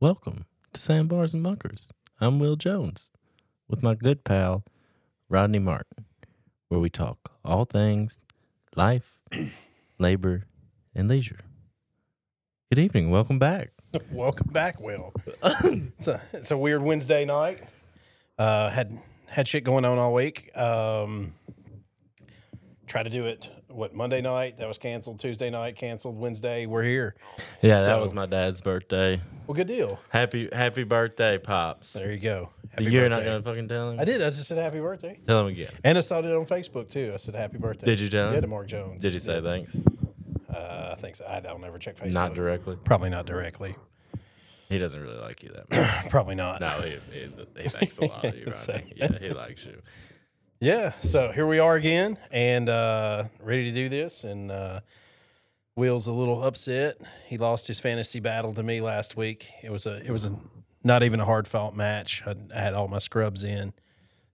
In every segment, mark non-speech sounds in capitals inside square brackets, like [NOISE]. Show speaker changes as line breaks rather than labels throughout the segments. Welcome to Sandbars and Bunkers. I'm Will Jones with my good pal, Rodney Martin, where we talk all things life, [CLEARS THROAT] labor, and leisure. Good evening. Welcome back.
Welcome
[LAUGHS]
back, Will. it's a it's a weird Wednesday night. Uh, had had shit going on all week. Um, try to do it what Monday night that was canceled, Tuesday night canceled, Wednesday we're here.
Yeah,
So-
that was my dad's birthday.
Well, good deal.
Happy happy birthday, Pops.
There you go. Happy
You're not
birthday.
going to fucking tell him?
I did. I just said happy birthday,
Tell him again.
and I saw it on Facebook too. I said happy birthday.
Did you tell him?
Yeah, to Mark Jones.
Did he say thanks?
Uh, I think so. I don't ever check Facebook.
Not directly.
Probably not directly. [LAUGHS]
He doesn't really like you that
[COUGHS]
much.
Probably not.
No, he, he, he thanks a lot of
[LAUGHS]
you, Rodney.
So-
Yeah, he likes you.
Yeah, so here we are again and uh, ready to do this. And uh, Will's a little upset. He lost his fantasy battle to me last week. It was a it was a not even a hard fought match. I, I had all my scrubs in,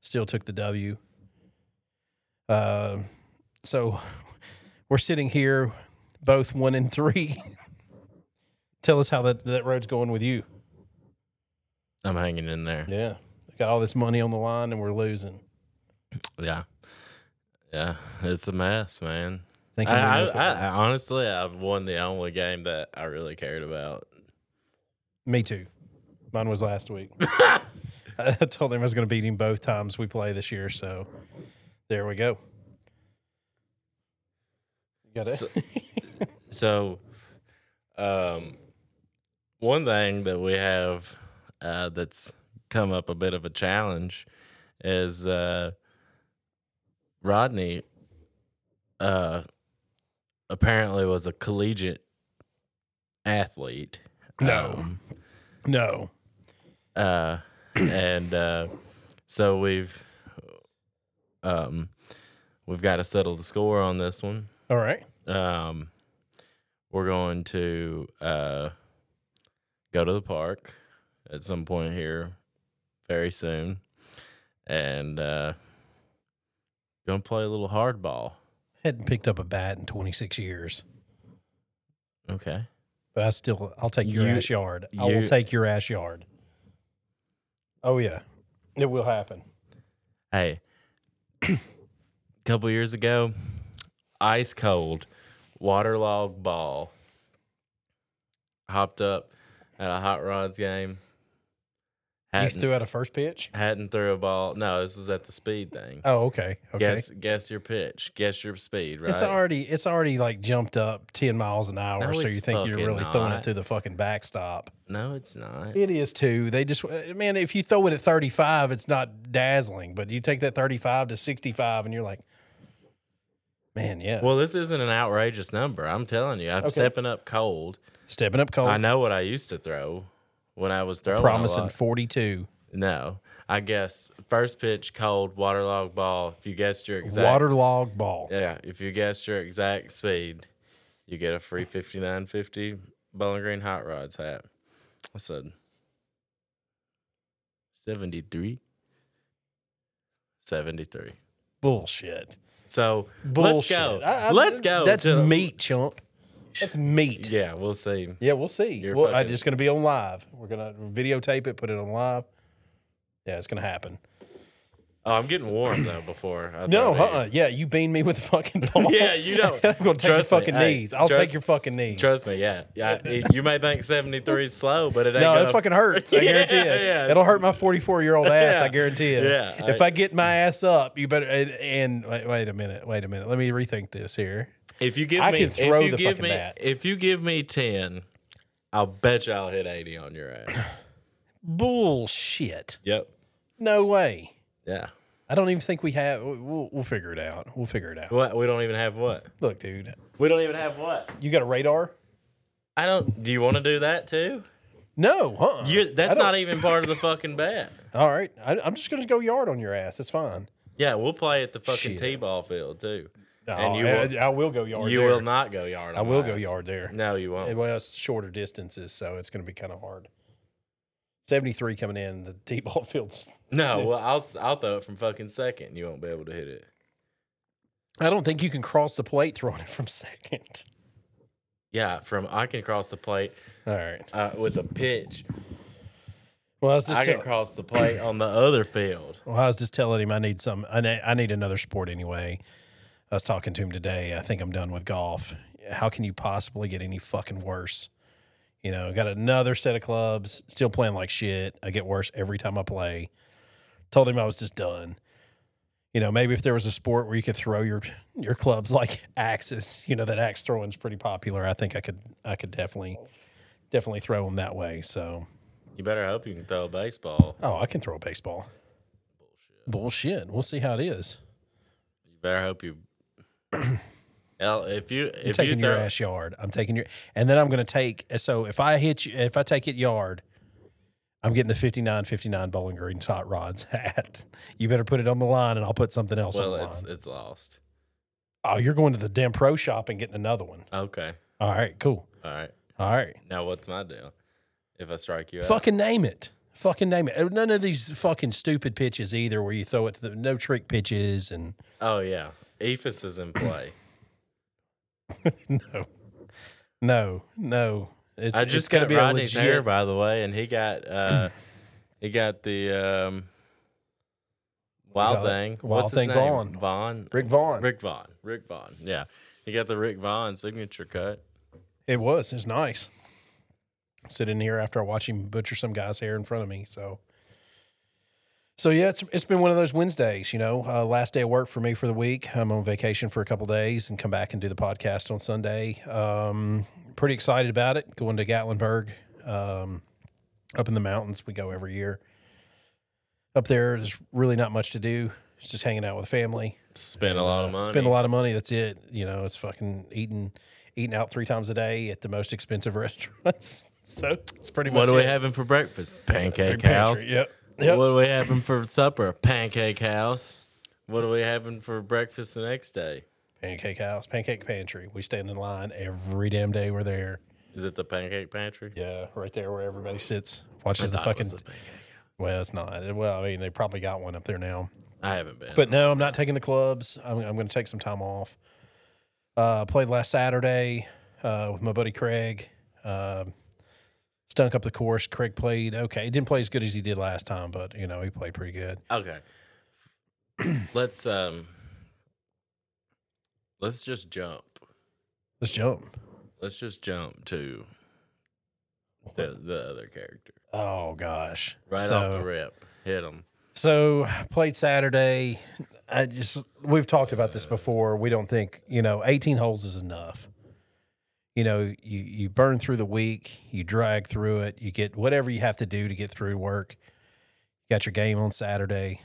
still took the W. Uh, so we're sitting here, both one and three. [LAUGHS] Tell us how that that road's going with you.
I'm hanging in there.
Yeah, got all this money on the line and we're losing.
Yeah. Yeah. It's a mess, man.
Thank
I,
you.
I, I, I honestly, I've won the only game that I really cared about.
Me too. Mine was last
[LAUGHS]
week. I told him I was going to beat him both times we play this year. So there we go. You got it?
So, so, um, one thing that we have uh, that's come up a bit of a challenge is uh, Rodney uh, apparently was a collegiate athlete.
No.
Um,
[LAUGHS] no.
uh, and uh, so we've um, we've got to settle the score on this one.
All right.
Um, we're going to uh, go to the park at some point here very soon, and uh, gonna play a little hardball.
Hadn't picked up a bat in 26 years,
Okay.
but I still, I'll take your
You-
ass yard. I will
you-
take your ass yard. Oh, yeah. It will happen.
Hey, couple years ago, ice cold, waterlogged ball. Hopped up at a hot rods game.
You
Hadn't,
threw out a first pitch?
hadn't threw a ball. No, this was at the speed thing.
Oh, okay. Okay.
Guess guess your pitch. Guess your speed. Right.
It's already it's already like jumped up ten miles an hour,
No,
so
it's
you think you're
fucking
really throwing
not.
it through the fucking backstop.
No, it's not.
It is too. They just uh, man, if you throw it at 35, it's not dazzling. But you take that 35 to 65, and you're like, man, yeah,
Well, this isn't an outrageous number. I'm telling you, I'm
Okay.
stepping up cold.
stepping up cold,
I know what I used to throw when I was throwing. a
promising
lot.
42,
No, I guess first pitch cold waterlogged ball. If you guessed your exact
waterlogged ball.
yeah, if you guessed your exact speed, you get a free fifty nine fifty Bowling Green Hot Rods hat. I said seventy three. Seventy three.
Bullshit.
So
Bullshit.
let's go.
I- I-
let's go.
That's
to-
meat, chump. That's meat. Yeah,
Yeah, we'll see.
we'll see.
You're
Well, I-
fucking-
it's going to be on live. We're going to videotape it, put it on live. Yeah, it's going to happen.
Oh, I'm getting warm though. Before I
No,
throw it.
uh-uh. yeah, you bean me with a fucking [LAUGHS] ball.
Yeah, you don't.
I'm going to take your
Trust me.
fucking
Hey,
knees. I'll take
trust-
your fucking knees.
Trust me. Yeah, yeah. it- you may think 73 is slow, but it ain't.
No,
gonna,
it fucking hurts.
[LAUGHS]
I
Yeah,
guarantee it.
yeah,
It'll
it's-
hurt my 44 year old ass.
Yeah.
I guarantee it.
Yeah,
If
I-
I get my ass up, you better. And, and wait, wait a minute. Wait a minute. Let me rethink this here.
If you give
I
me,
can throw
if you
the
give
fucking
me,
bat.
if you give me 10, I'll bet you I'll hit 80 on your
[LAUGHS]
ass.
Bullshit.
yep.
No way.
Yeah.
I don't even think we have. We'll, we'll figure it out. We'll figure it out.
What? We don't even have what?
Look, dude,
We don't even have what?
you got a radar?
I don't. Do you want to do that too?
No, huh?
You. That's
I don't-
not even part of the fucking bet.
All right. I, I'm just going to go yard on your ass. It's fine.
Yeah, we'll play at the fucking
Shit.
t-ball field too.
Oh,
you
I, I will go yard.
You
there.
will not go yard.
I
on
will
my
go
ass.
yard there.
No, you won't.
Well, it's shorter distances, so it's going to be kind of hard. 73 coming in, the deep [LAUGHS] ball fields.
No, well, I'll s- I'll throw it from fucking second. You won't be able to hit it.
I don't think you can cross the plate throwing it from second.
Yeah, from I can cross the plate
All right.
uh, with a pitch.
Well, I was just
I can
tell-
cross the plate on the other field.
well, I was just telling him I need some. I need, I need another sport anyway. I was talking to him today. I think I'm done with golf. How can you possibly get any fucking worse? You know, got another set of clubs. Still playing like shit. I get worse every time I play. Told him I was just done. You know, maybe if there was a sport where you could throw your your clubs like [LAUGHS] axes. You know, that axe throwing's pretty popular. I think I could I could definitely definitely throw them that way. So
You better hope you can throw a baseball.
Oh, I can throw a baseball. Bullshit. We'll see how it is.
You better hope
[CLEARS THROAT]
you. Hell, if you
I'm
if you
taking your
throw,
ass yard. I'm taking your, and then I'm going to take. So if I hit you, if I take it yard, I'm getting the 59 59 Bowling Green Tot Rods [LAUGHS] hat. You better put it on the line and I'll put something else
well,
on the
it's
line.
it's lost.
Oh, you're going to the damn pro shop and getting another one.
Okay,
All right, cool.
all right.
All right.
Now what's my deal? If I strike you out,
Fucking name it. Fucking name it. Uh, None of these fucking stupid pitches either where you throw it to the no trick pitches and
oh yeah, Ephus is in play.
No, no, no. [CLEARS THROAT] It's,
I
it's
just
gonna
got Rodney's hair, by the way, and he got
[CLEARS THROAT]
uh, he got the um, wild
Got it.
thing.
Wild
What's his
Thing
name?
Vaughn.
Vaughn.
Rick Vaughn.
Rick Vaughn. Rick Vaughn. Yeah, he got the Rick Vaughn signature cut.
It was. It's nice. Sit in here after I watch him butcher some guy's hair in front of me. So, so yeah, it's it's been one of those Wednesdays. You know, uh, last day of work for me for the week. I'm on vacation for a couple days and come back and do the podcast on Sunday. Um, pretty excited about it. Going to Gatlinburg, um, up in the mountains. We go every year. Up there, there's really not much to do. It's just hanging out with family.
Spent a lot of
Uh,
money.
Spend a lot of money. That's it. You know, it's fucking eating eating out three times a day at the most expensive [LAUGHS] restaurants. so it's pretty much
What are we
it.
having for breakfast? Pancake
Pantry,
house.
Yep. Yep.
What are we having for supper? Pancake house. What are we having for breakfast the next day?
Pancake house, pancake pantry. We stand in line every damn day. We're there.
Is it the pancake pantry?
Yeah, right there where everybody sits, watches the
Thought it
fucking.
was the pancake.
well, it's not. Well, I mean, they probably got one up there now.
I haven't been.
But no, I'm not taking the clubs. I'm, I'm going to take some time off. Uh, played last Saturday uh, with my buddy Craig. Um stunk up the course. Craig played okay. He didn't play as good as he did last time, but you know he played pretty good.
Okay. [CLEARS THROAT] let's um let's just jump.
Let's jump.
Let's just jump to the the other character.
Oh gosh,
Right
so,
off the rip. Hit him.
So played Saturday. I just we've talked about this before. We don't think you know 18 holes is enough. You know, you you burn through the week, you drag through it, you get whatever you have to do to get through work. You got your game on Saturday.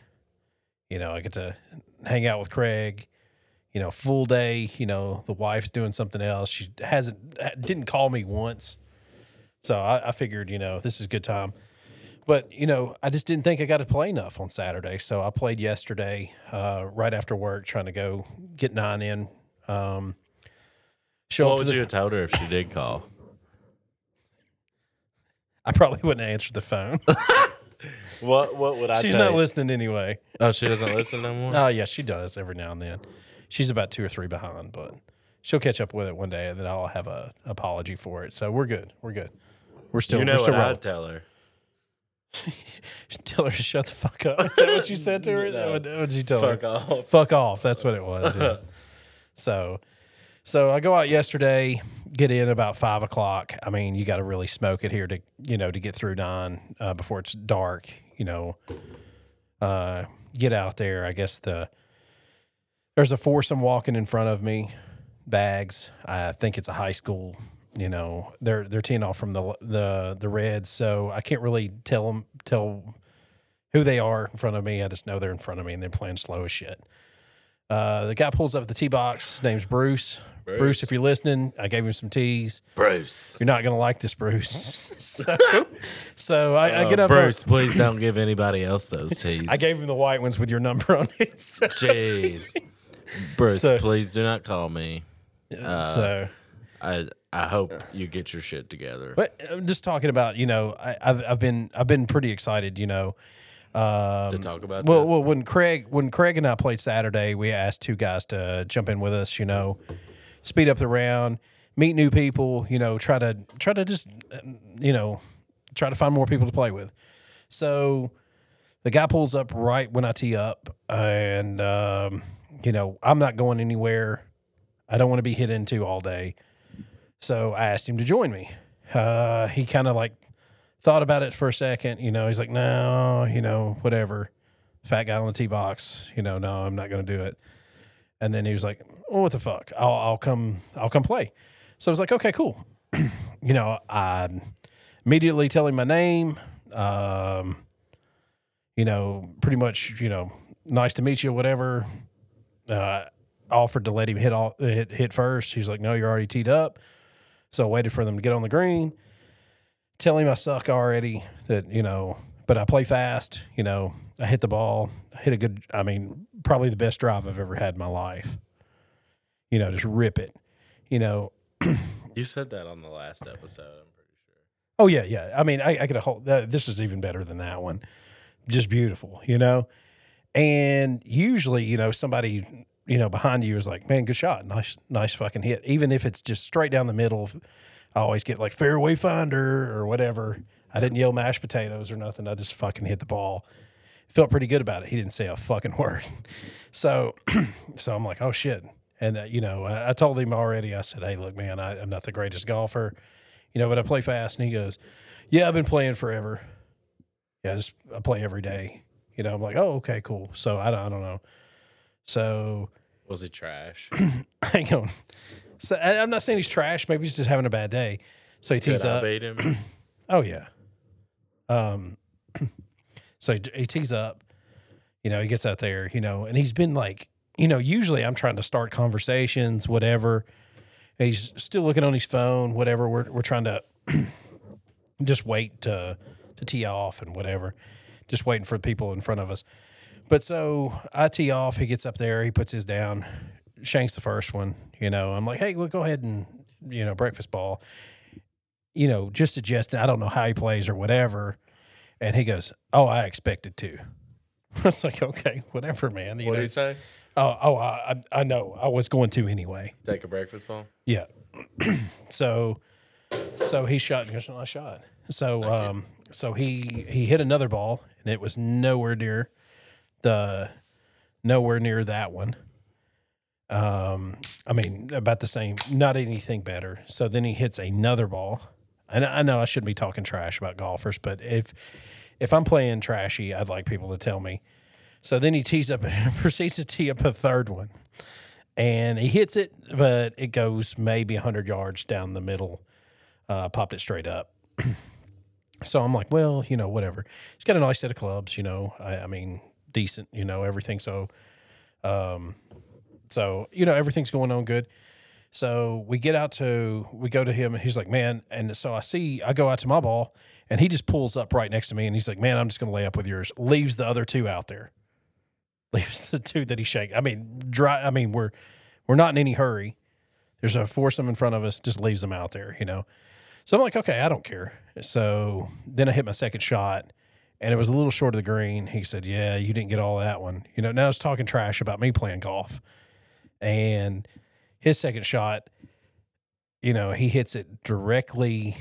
You know, I get to hang out with Craig. You know, full day. You know, the wife's doing something else. She hasn't didn't call me once, so I, I figured you know this is a good time but you know, I just didn't think I got to play enough on Saturday, so I played yesterday uh, right after work, trying to go get nine in. Um, show
What
up to
would
the,
you have told her if she did call?
I probably wouldn't answer the phone.
What what would [LAUGHS] I
She's
tell
not
you?
listening anyway.
oh, she doesn't listen no more?
Oh yeah, she does every now and then. She's about two or three behind, but she'll catch up with it one day, and then I'll have a apology for it. So we're good. We're good. We're still.
you know
we're still
what
rolling. [LAUGHS]
I'd tell her.
Tell her to shut the fuck up. Is that what you said to
[LAUGHS]
her?
No.
What would you tell her?
Fuck off.
fuck off. That's what it was. yeah. so, so I go out yesterday, get in about five o'clock. I mean, you got to really smoke it here to you know to get through nine uh, before it's dark. You know, uh, get out there. I guess the there's a foursome walking in front of me, bags. I think it's a high school. You know, they're they're teeing off from the the the Reds, so I can't really tell them tell who they are in front of me. I just know they're in front of me and they're playing slow as shit. Uh, the guy pulls up at the tee box. His name's Bruce. Bruce.
Bruce.
if you're listening, I gave him some teas.
Bruce.
You're not gonna like this,
[LAUGHS]
Bruce. so, so I, I get
Uh,
up.
Bruce, please don't give anybody else
[LAUGHS]
those teas.
I gave him the white ones with your number on it. [LAUGHS] So, [LAUGHS]
Jeez. Bruce,
So-
please do not call me. Uh.
so-
I I hope
Uh.
you get your shit together.
but I'm just talking about you know I, I've I've been I've been pretty excited you know. Um,
to talk about
Well,
this.
well, when Craig when Craig and I played Saturday, we asked two guys to jump in with us. You know, speed up the round. meet new people. You know, try to try to just uh, you know try to find more people to play with. So the guy pulls up right when I tee up, and um, you know I'm not going anywhere. I don't want to be hit into all day. So I asked him to join me. Uh, he kind of like thought about it for a second. You know, he's like, no, you know, whatever. Fat guy on the tee box. You know, no, I'm not going to do it. And then he was like, oh, what the fuck? I'll, I'll come. I'll come play. So I was like, okay, cool. [CLEARS THROAT] you know, I immediately tell him my name. Um, you know, pretty much, you know, nice to meet you, whatever. Uh, offered to let him hit all hit, hit first. He's like, no, you're already teed up. So I waited for them to get on the green. Tell him I suck already. That you know, but I play fast. You know, I hit the ball. I hit a good. I mean, probably the best drive I've ever had in my life. You know, just rip it. You know.
You said that on the last episode. I'm pretty sure.
Oh yeah, yeah. I mean, I, I could whole. That, this is even better than that one. Just beautiful. You know. And usually, you know, somebody you know behind you is like, man, good shot, nice, nice fucking hit. Even if it's just straight down the middle, I always get like fairway finder or whatever. I didn't yell mashed potatoes or nothing. I just fucking hit the ball. Felt pretty good about it. He didn't say a fucking [LAUGHS] word. So, [CLEARS THROAT] so I'm like, oh shit. And uh, you know, I, I told him already. I said, hey, look, man, I, I'm not the greatest golfer, you know, but I play fast. And he goes, yeah, I've been playing forever. Yeah, I just I play every day. You know, I'm like, oh, okay, cool. So I, don't- I don't know. So [LAUGHS]
Was it trash?
[CLEARS THROAT] hang on. So I- I'm not saying he's trash. Maybe he's just having a bad day. So he tees
Could I
up.
bait
[CLEARS THROAT]
him?
Oh yeah. Um. [CLEARS THROAT] So he, he tees up. You know, he gets out there. You know, and he's been like, you know, usually I'm trying to start conversations, whatever. And he's still looking on his phone, whatever. We're we're trying to [CLEARS THROAT] just wait to to tee off and whatever, just waiting for people in front of us. But so I tee off. He gets up there. He puts his down. Shanks the first one. You know, I'm like, hey, well, go ahead and you know breakfast ball. You know, just suggesting. I don't know how he plays or whatever. And he goes, oh, I expected to. [LAUGHS] I was like, okay, whatever, man. You
What
know,
did he say?
oh, oh, I, I I know. I was going to anyway.
Take a breakfast ball.
Yeah. [CLEARS THROAT] so, so he shot and goes, "Nice shot. So, um, so he he hit another ball and it was nowhere near the nowhere near that one. Um, I mean, about the same, not anything better. So then he hits another ball, and I I know I shouldn't be talking trash about golfers, but if if I'm playing trashy, I'd like people to tell me. So then he tees up, [LAUGHS] proceeds to tee up a third one and he hits it, but it goes maybe 100 yards down the middle, uh, popped it straight up. [CLEARS THROAT] so I'm like, well, you know, whatever. He's got a nice set of clubs, you know, I, I mean, decent, you know, everything. So, um, so, you know, everything's going on good. So we get out to, we go to him, and he's like, man. And so I see, I go out to my ball, and he just pulls up right next to me, and he's like, man, I'm just going to lay up with yours. Leaves the other two out there. [LAUGHS] Leaves the two that he shaked. I mean, dry. I mean, we're we're not in any hurry. There's a foursome in front of us, just leaves them out there, you know. So I'm like, okay, I don't care. So then I hit my second shot and it was a little short of the green. He said, Yeah, you didn't get all that one. You know, now he's talking trash about me playing golf. And his second shot, you know, he hits it directly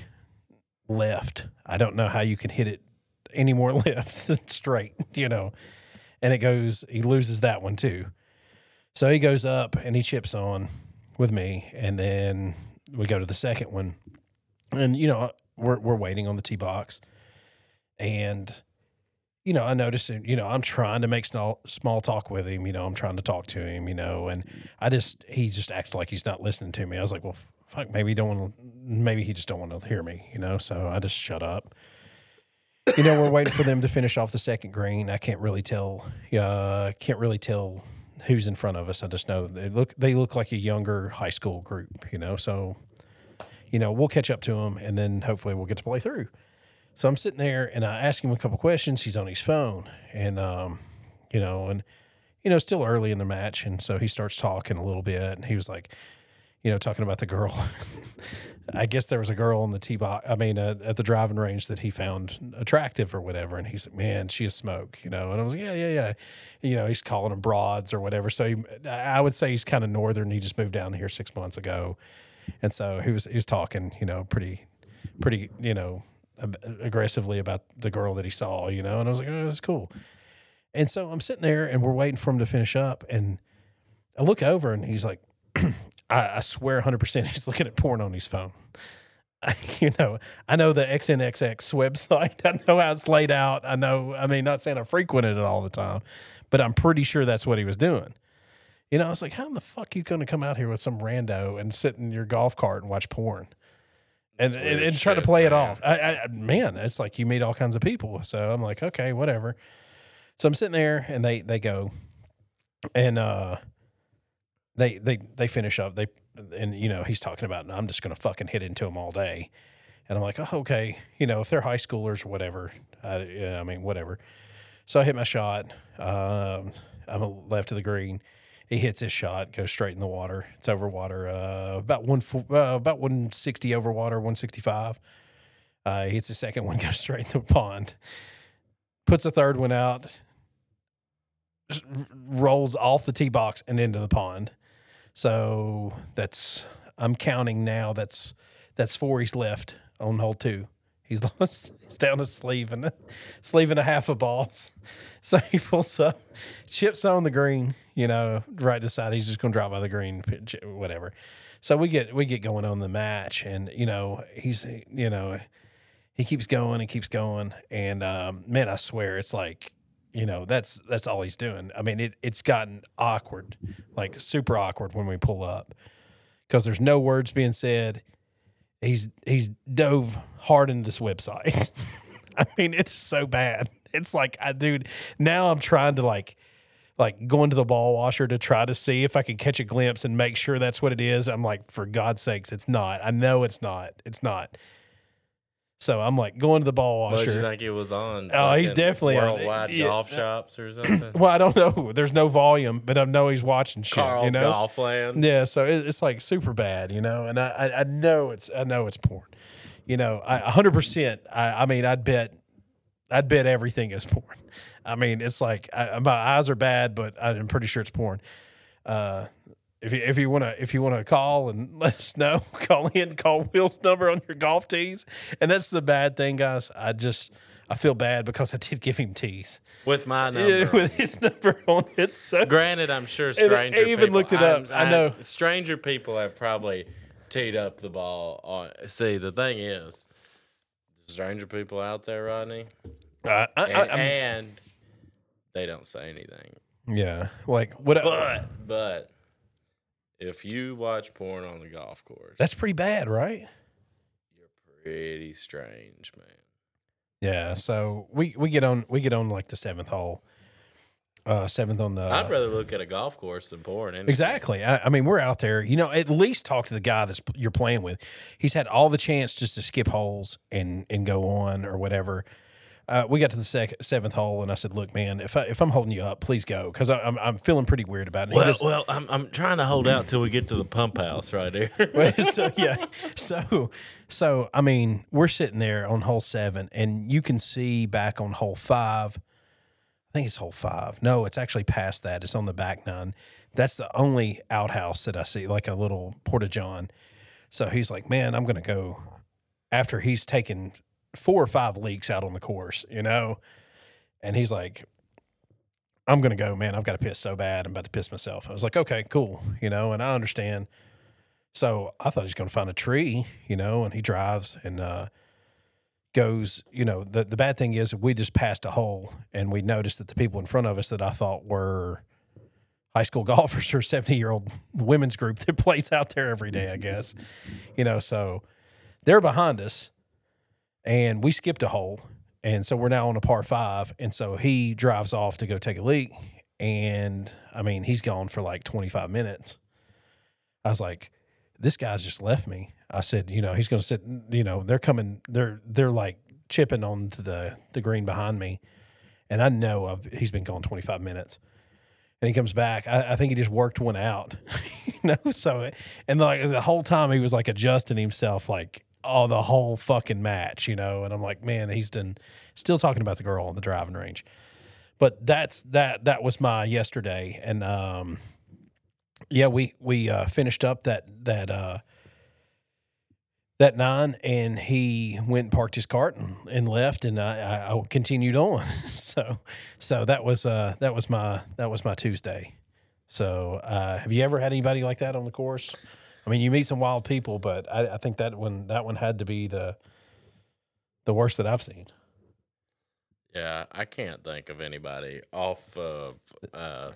left. I don't know how you can hit it any more [LAUGHS] left than straight, you know. And it goes, he loses that one too. So he goes up and he chips on with me, and then we go to the second one, and you know we're we're waiting on the tee box, and you know I notice him, you know I'm trying to make small small talk with him, you know I'm trying to talk to him, you know, and I just he just acts like he's not listening to me. I was like, well, fuck, maybe he don't want to, maybe he just don't want to hear me, you know. So I just shut up. You know, we're waiting for them to finish off the second green. I can't really tell. Uh, can't really tell who's in front of us. I just know they look they look like a younger high school group, you know. So, you know, we'll catch up to them, and then hopefully we'll get to play through. So I'm sitting there, and I ask him a couple questions. He's on his phone, and um, you know, and you know, it's still early in the match, and so he starts talking a little bit, and he was like, you know, talking about the girl. [LAUGHS] I guess there was a girl on the tee box. I mean, uh, at the driving range that he found attractive or whatever. And he's like, "Man, she is smoke," you know. And I was like, "Yeah, yeah, yeah." You know, he's calling them broads or whatever. So he, I would say he's kind of northern. He just moved down here six months ago, And so he was he was talking, you know, pretty, pretty, you know, ab- aggressively about the girl that he saw, you know. And I was like, oh, this is cool. And so I'm sitting there, and we're waiting for him to finish up, and I look over, and he's like, [CLEARS THROAT] I, I swear, 100, percent he's looking at porn on his phone. [LAUGHS] you know, I know the XNXX website. [LAUGHS] I know how it's laid out. I know. I mean, not saying I frequented it all the time, but I'm pretty sure that's what he was doing. You know, I was like, how in the fuck you going to come out here with some rando and sit in your golf cart and watch porn? And,
That's
and,
weird
and try to
shit,
play it
man.
off. I, I, I- man, it's like you meet all kinds of people. So I'm like, okay, whatever. So I'm sitting there and they, they go and, uh, they, they, they finish up. They, and you know, he's talking about, I'm just going to fucking hit into him all day. And I'm like, oh, okay. You know, if they're high schoolers or whatever, I, yeah, I mean, whatever. So I hit my shot. Um, I'm a left of the green. He hits his shot, goes straight in the water. It's over water, uh, about one, fo- uh, about 160 over water, 165. Uh, he hits the second one, [LAUGHS] goes straight in the pond. Puts a third one out, s- r- rolls off the tee box and into the pond. So that's I'm counting now. That's that's four he's left on hole two. He's [LAUGHS] lost. He's down a sleeve [LAUGHS] and a sleeve and a half of balls. [LAUGHS] So he pulls up, chips on the green. You know, right decide he's just going to drop by the green, pitch, whatever. So we get we get going on the match, and you know he's you know he keeps going and keeps going, and um, man, I swear it's like you know that's that's all he's doing. I mean, it it's gotten awkward, like super awkward when we pull up because there's no words being said he's he's dove hard into this website. [LAUGHS] I mean, it's so bad. It's like I dude, now I'm trying to like like going to the ball washer to try to see if I can catch a glimpse and make sure that's what it is. I'm like, for God's sakes, it's not. I know it's not. It's not. So I'm like going to the ball
But
washer.
you think it was on?
Oh, he's
fucking
definitely on it.
worldwide
Yeah.
golf shops
[CLEARS THROAT]
or something.
well, I don't know. There's no volume, but I know he's watching shit.
Carl's
you know?
golf land.
Yeah, so it, it's like super bad, you know. And I, I, I know it's I know it's porn, you know. I a hundred percent. I, I mean, I'd bet, I'd bet everything is porn. I mean, it's like I, my eyes are bad, but I'm pretty sure it's porn. Uh, if you if you wanna if you wanna call and [LAUGHS] let us know, call in, call Will's number on your golf tees. And that's the bad thing, guys. I just I feel bad because I did give him tees
With my number.
Yeah, [LAUGHS] with his number on it. So
Granted, I'm sure
I
stranger
even
people-
looked it up.
I'm-
I know.
stranger people have probably teed up the ball. On see, the thing is, stranger people out there, Rodney,
I, I,
and,
I, I'm-
and they don't say anything.
yeah, like what?
But but if you watch porn on the golf course,
That's pretty bad, right?
pretty strange, man.
Yeah. So we we get on we get on like the seventh hole, uh, seventh on the.
I'd rather look at a golf course than porn. Anyway.
Exactly. I, I mean, we're out there. You know, at least talk to the guy that's you're playing with. He's had all the chance just to skip holes and and go on or whatever. Uh, we got to the sec- seventh hole, and I said, "Look, man, if I if I'm holding you up, please go, because I'm I'm feeling pretty weird about it." He
Well,
goes-
well, I'm I'm trying to hold out till we get to the pump house right
[LAUGHS]
here.
Well, so yeah, so so I mean, we're sitting there on hole seven, and you can see back on hole five. I think it's hole five. No, it's actually past that. It's on the back nine. That's the only outhouse that I see, like a little porta john. So he's like, "Man, I'm gonna go." After he's taken four or five leaks out on the course, you know, and he's like, "I'm gonna go, man. I've got to piss so bad. I'm about to piss myself." I was like, "Okay, cool," you know, and I understand. So I thought he was going to find a tree, you know, and he drives and uh, goes, you know, the, the bad thing is we just passed a hole and we noticed that the people in front of us that I thought were high school [LAUGHS] golfers or 70 year old women's group that plays out there every day, I guess, you know, so they're behind us and we skipped a hole. And so we're now on a par five. And so he drives off to go take a leak. And I mean, he's gone for like 25 minutes. I was like, this guy's just left me. I said, you know, he's going to sit, you know, they're coming, they're, they're like chipping onto the, the green behind me. And I know I've, he's been gone 25 minutes. And he comes back. I, I think he just worked one out, [LAUGHS] you know? So, it- and like the whole time he was like adjusting himself, like, all the whole fucking match, you know? And I'm like, man, he's done, still talking about the girl on the driving range. But that's, that, that was my yesterday. And, um, yeah, we we uh, finished up that that uh, that nine, and he went and parked his cart and, and left, and I, I, I continued on. [LAUGHS] so, so that was uh, that was my that was my Tuesday. So, uh, have you ever had anybody like that on the course? I mean, you meet some wild people, but I, I think that one that one had to be the the worst that I've seen.
Yeah, I can't think of anybody off of uh,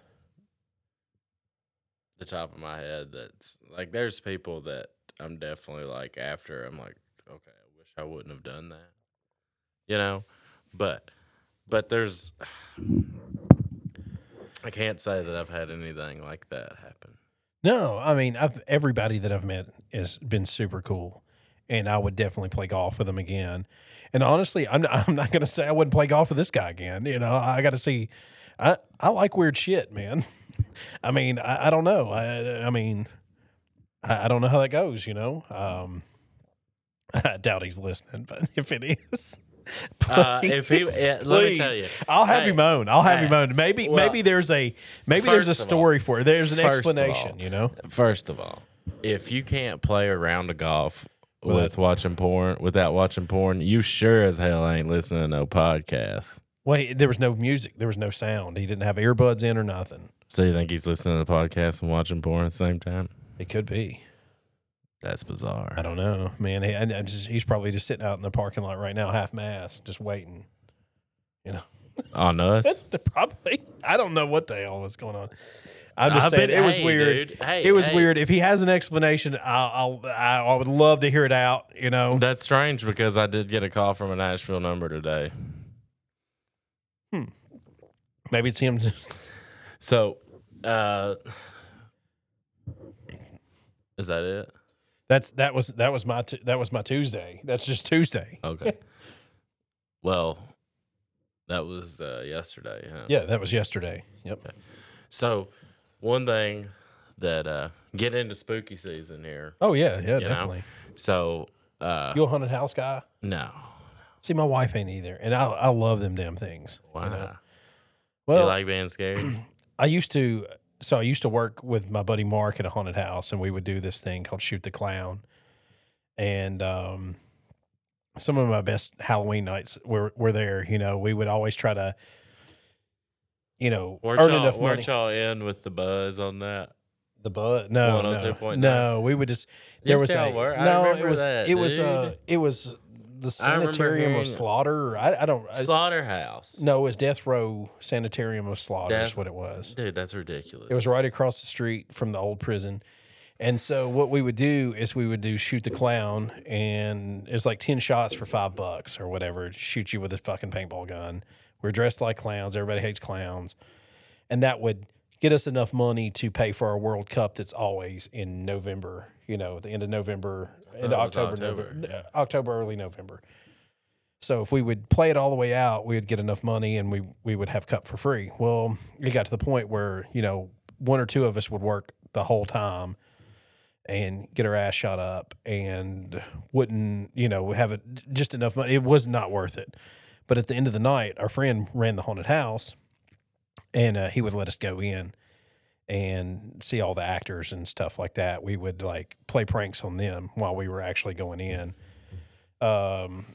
the top of my head that's like there's people that I'm definitely like after I'm like, okay, I wish I wouldn't have done that. You know? But but there's I can't say that I've had anything like that happen.
No, I mean, I've everybody that I've met has been super cool, and I would definitely play golf with them again. And honestly, I'm [LAUGHS] I'm not gonna say I wouldn't play golf with this guy again. You know, I got to see. I I like weird shit, man. [LAUGHS] I mean, I, I don't know. I I mean, I, I don't know how that goes. You know, um, [LAUGHS] I doubt he's listening, but [LAUGHS] if it is.
Uh, if he- yeah, let me tell you.
I'll have
Hey,
him moan. I'll have
hey,
him moan. Maybe,
well,
maybe there's a, maybe there's a
first of all-
story for it. There's an
first of all,
explanation, you know.
First of all, if you can't play a round of golf with watching porn without watching porn, you sure as hell ain't listening to no podcast.
Wait, there was no music. There was no sound. He didn't have earbuds in or nothing.
So you think he's listening to the podcast and watching porn at the same time?
It could be.
That's bizarre.
I don't know, man. He, I, I just, he's probably just sitting out in the parking lot right now, half mast, just waiting. You know,
On us.
[LAUGHS] probably. I don't know what the hell was going on. I'm
I've
just saying,
been-
it was
hey,
weird.
dude. Hey,
it was
hey.
weird. If he has an explanation, I'll, I'll, I, I would love to hear it out. You know,
That's strange because I did get a call from a Nashville number today.
maybe it's
[LAUGHS]
him.
So, uh, is that it?
That's that was that was my t- that was my Tuesday. That's just Tuesday. [LAUGHS]
Okay. well, that was uh, yesterday, huh?
Yeah, that was yesterday. Yep.
So, one thing that uh, get into spooky season here.
Oh yeah, yeah,
know?
definitely.
So, uh,
You a haunted house guy?
no.
See, my wife ain't either, and I I love them damn things. you
Why?
know?
you
Well, [CLEARS THROAT]
like being scared?
I used to. So I used to work with my buddy Mark at a haunted house, and we would do this thing called shoot the clown. And um, some of my best Halloween nights were were there. You know, we would always try to, you know,
Weren't
earn
y'all,
enough
weren't
money.
y'all in with the buzz on that?
The bud, no, no,
102.9?
no, we would just. There
You
was
still
a,
were? I
no. It
remember
was
that,
it was uh
dude.
it was the
I remember
sanitarium
hearing-
of slaughter. or I, I don't. I,
Slaughterhouse.
no, it was death row sanitarium of slaughter.
Death-
is what it was.
Dude, that's ridiculous.
It was right across the street from the old prison. And so what we would do is we would do shoot the clown and it was like 10 shots for five bucks or whatever. Shoot you with a fucking paintball gun. We're dressed like clowns. Everybody hates clowns. And that would get us enough money to pay for our World Cup that's always in November, you know, the end of November, end of
it was
October,
October,
November, October, early November. So if we would play it all the way out, we would get enough money and we we would have cup for free. Well, it got to the point where, you know, one or two of us would work the whole time and get our ass shot up and wouldn't, you know, have it just enough money. It was not worth it. But at the end of the night, our friend ran the haunted house and uh, he would let us go in and see all the actors and stuff like that. We would like play pranks on them while we were actually going in. Um,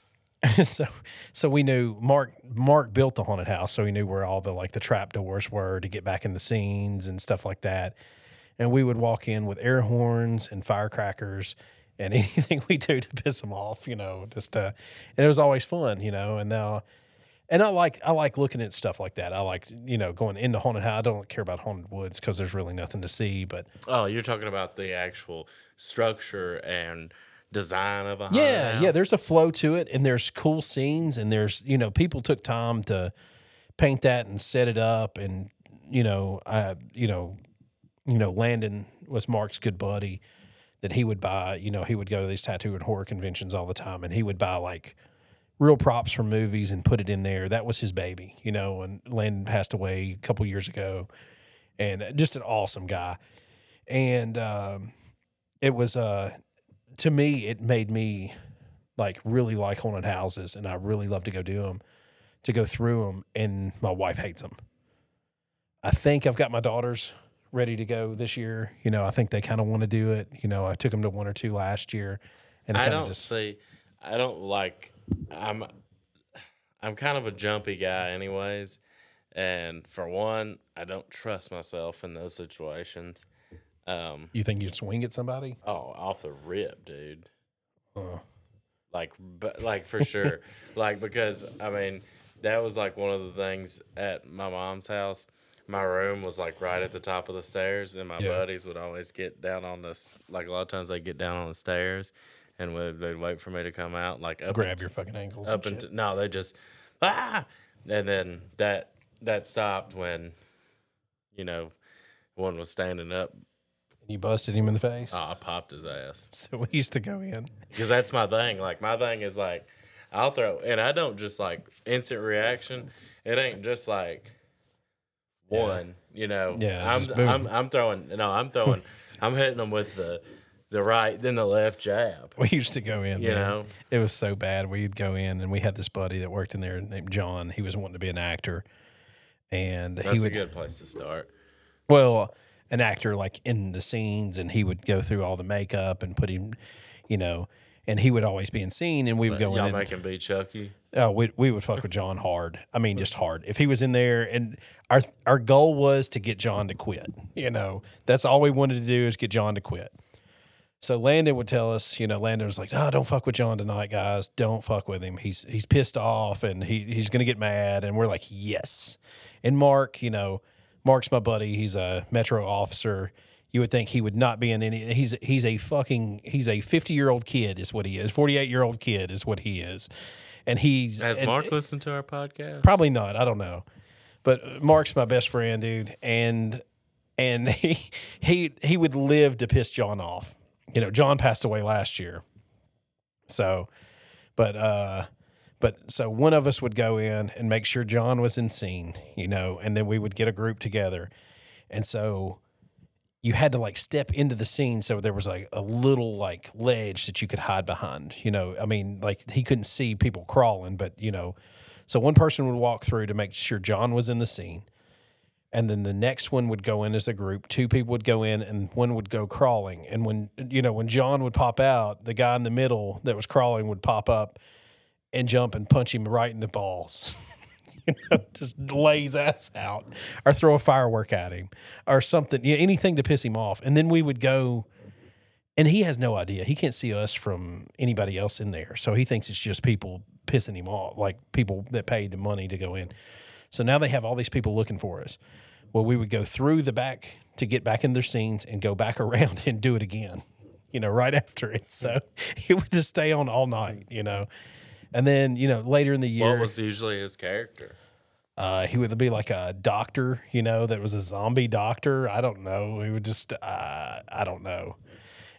[LAUGHS] so so we knew Mark Mark built the haunted house, so he knew where all the like the trap doors were to get back in the scenes and stuff like that. And we would walk in with air horns and firecrackers and [LAUGHS] anything we do to piss them off, you know, just uh and it was always fun, you know, and now and I like I like looking at stuff like that. I like you know going into haunted house. I don't care about haunted woods because there's really nothing to see, but
Oh, you're talking about the actual structure and design of a haunted
Yeah, yeah.
house?
There's a flow to it, and there's cool scenes, and there's you know people took time to paint that and set it up, and you know I you know you know Landon was Mark's good buddy that he would buy. You know he would go to these tattoo and horror conventions all the time, and he would buy like real props from movies and put it in there. That was his baby, you know. And Landon passed away a couple years ago, and just an awesome guy. And um, it was uh, to me, it made me like really like haunted houses, and I really love to go do them, to go through them. And my wife hates them. I think I've got my daughters ready to go this year. You know, I think they kind of want to do it. You know, I took them to one or two last year, And it
I
kinda
don't see. I don't like. I'm. I'm kind of a jumpy guy, anyways, and for one, I don't trust myself in those situations. Um.
you think you'd swing at somebody?
Oh, off the rip, dude.
Uh,
like but like for
[LAUGHS]
sure like because i mean that was like one of the things at my mom's house my room was like right at the top of the stairs and my
Yeah.
buddies would always get down on this like a lot of times they get down on the stairs and would, they'd wait for me to come out like up
grab
unt-
your fucking ankles.
up
and shit.
until no they just ah and then that that stopped when you know one was standing up
you busted him in the face.
oh, i popped his ass
[LAUGHS] So we used to go in.
because that's my thing. Like my thing is like I'll throw, and I don't just like instant reaction. It ain't just like
Yeah.
one, you know.
Yeah, just
I'm
boom.
I'm I'm throwing. No, I'm
[LAUGHS]
throwing. I'm hitting them with the the right, then the left jab.
[LAUGHS] We used to go in.
You
man.
know.
it was so bad. We'd go in, and we had this buddy that worked in there named John. He was wanting to be an actor, and he
That's
would
a good place to start.
well, an actor like in the scenes, and he would go through all the makeup and put him, you know, and he would always be in scene, and we would go in.
Y'all
and-
making be Chucky.
Oh, we we would fuck with John hard. I mean, just hard. If he was in there, and our our goal was to get John to quit. You know, that's all we wanted to do is get John to quit. So Landon would tell us, you know, Landon was like, "Oh, don't fuck with John tonight, guys. Don't fuck with him. He's he's pissed off, and he he's gonna get mad." And we're like, "Yes." And Mark, you know, Mark's my buddy. He's a metro officer. You would think he would not be in any. He's he's a fucking he's a fifty year old kid is what he is. Forty eight year old kid is what he is, and he's
Has
and-
Mark listened to our podcast?
Probably not. I don't know. But Mark's my best friend, dude, and and [LAUGHS] he he he would live to piss John off. You know, John passed away last year. So, but uh but so one of us would go in and make sure John was in scene, you know, and then we would get a group together. And so you had to like step into the scene so there was like a little like ledge that you could hide behind you know i mean like he couldn't see people crawling but you know so one person would walk through to make sure john was in the scene and then the next one would go in as a group two people would go in and one would go crawling and when you know when john would pop out the guy in the middle that was crawling would pop up and jump and punch him right in the balls [LAUGHS] you know, [LAUGHS] just lay his ass out or throw a firework at him or something, you know, anything to piss him off. And then we would go, and he has no idea. He can't see us from anybody else in there. So he thinks it's just people pissing him off, like people that paid the money to go in. So now they have all these people looking for us. Well, we would go through the back to get back in their scenes and go back [LAUGHS] around and do it again, you know, right after it. So [LAUGHS] it would just stay on all night, you know. And then, you know, later in the year.
What was usually his character?
Uh, he would be like a doctor, you know, that was a zombie doctor. I don't know. He would just, uh, I don't know.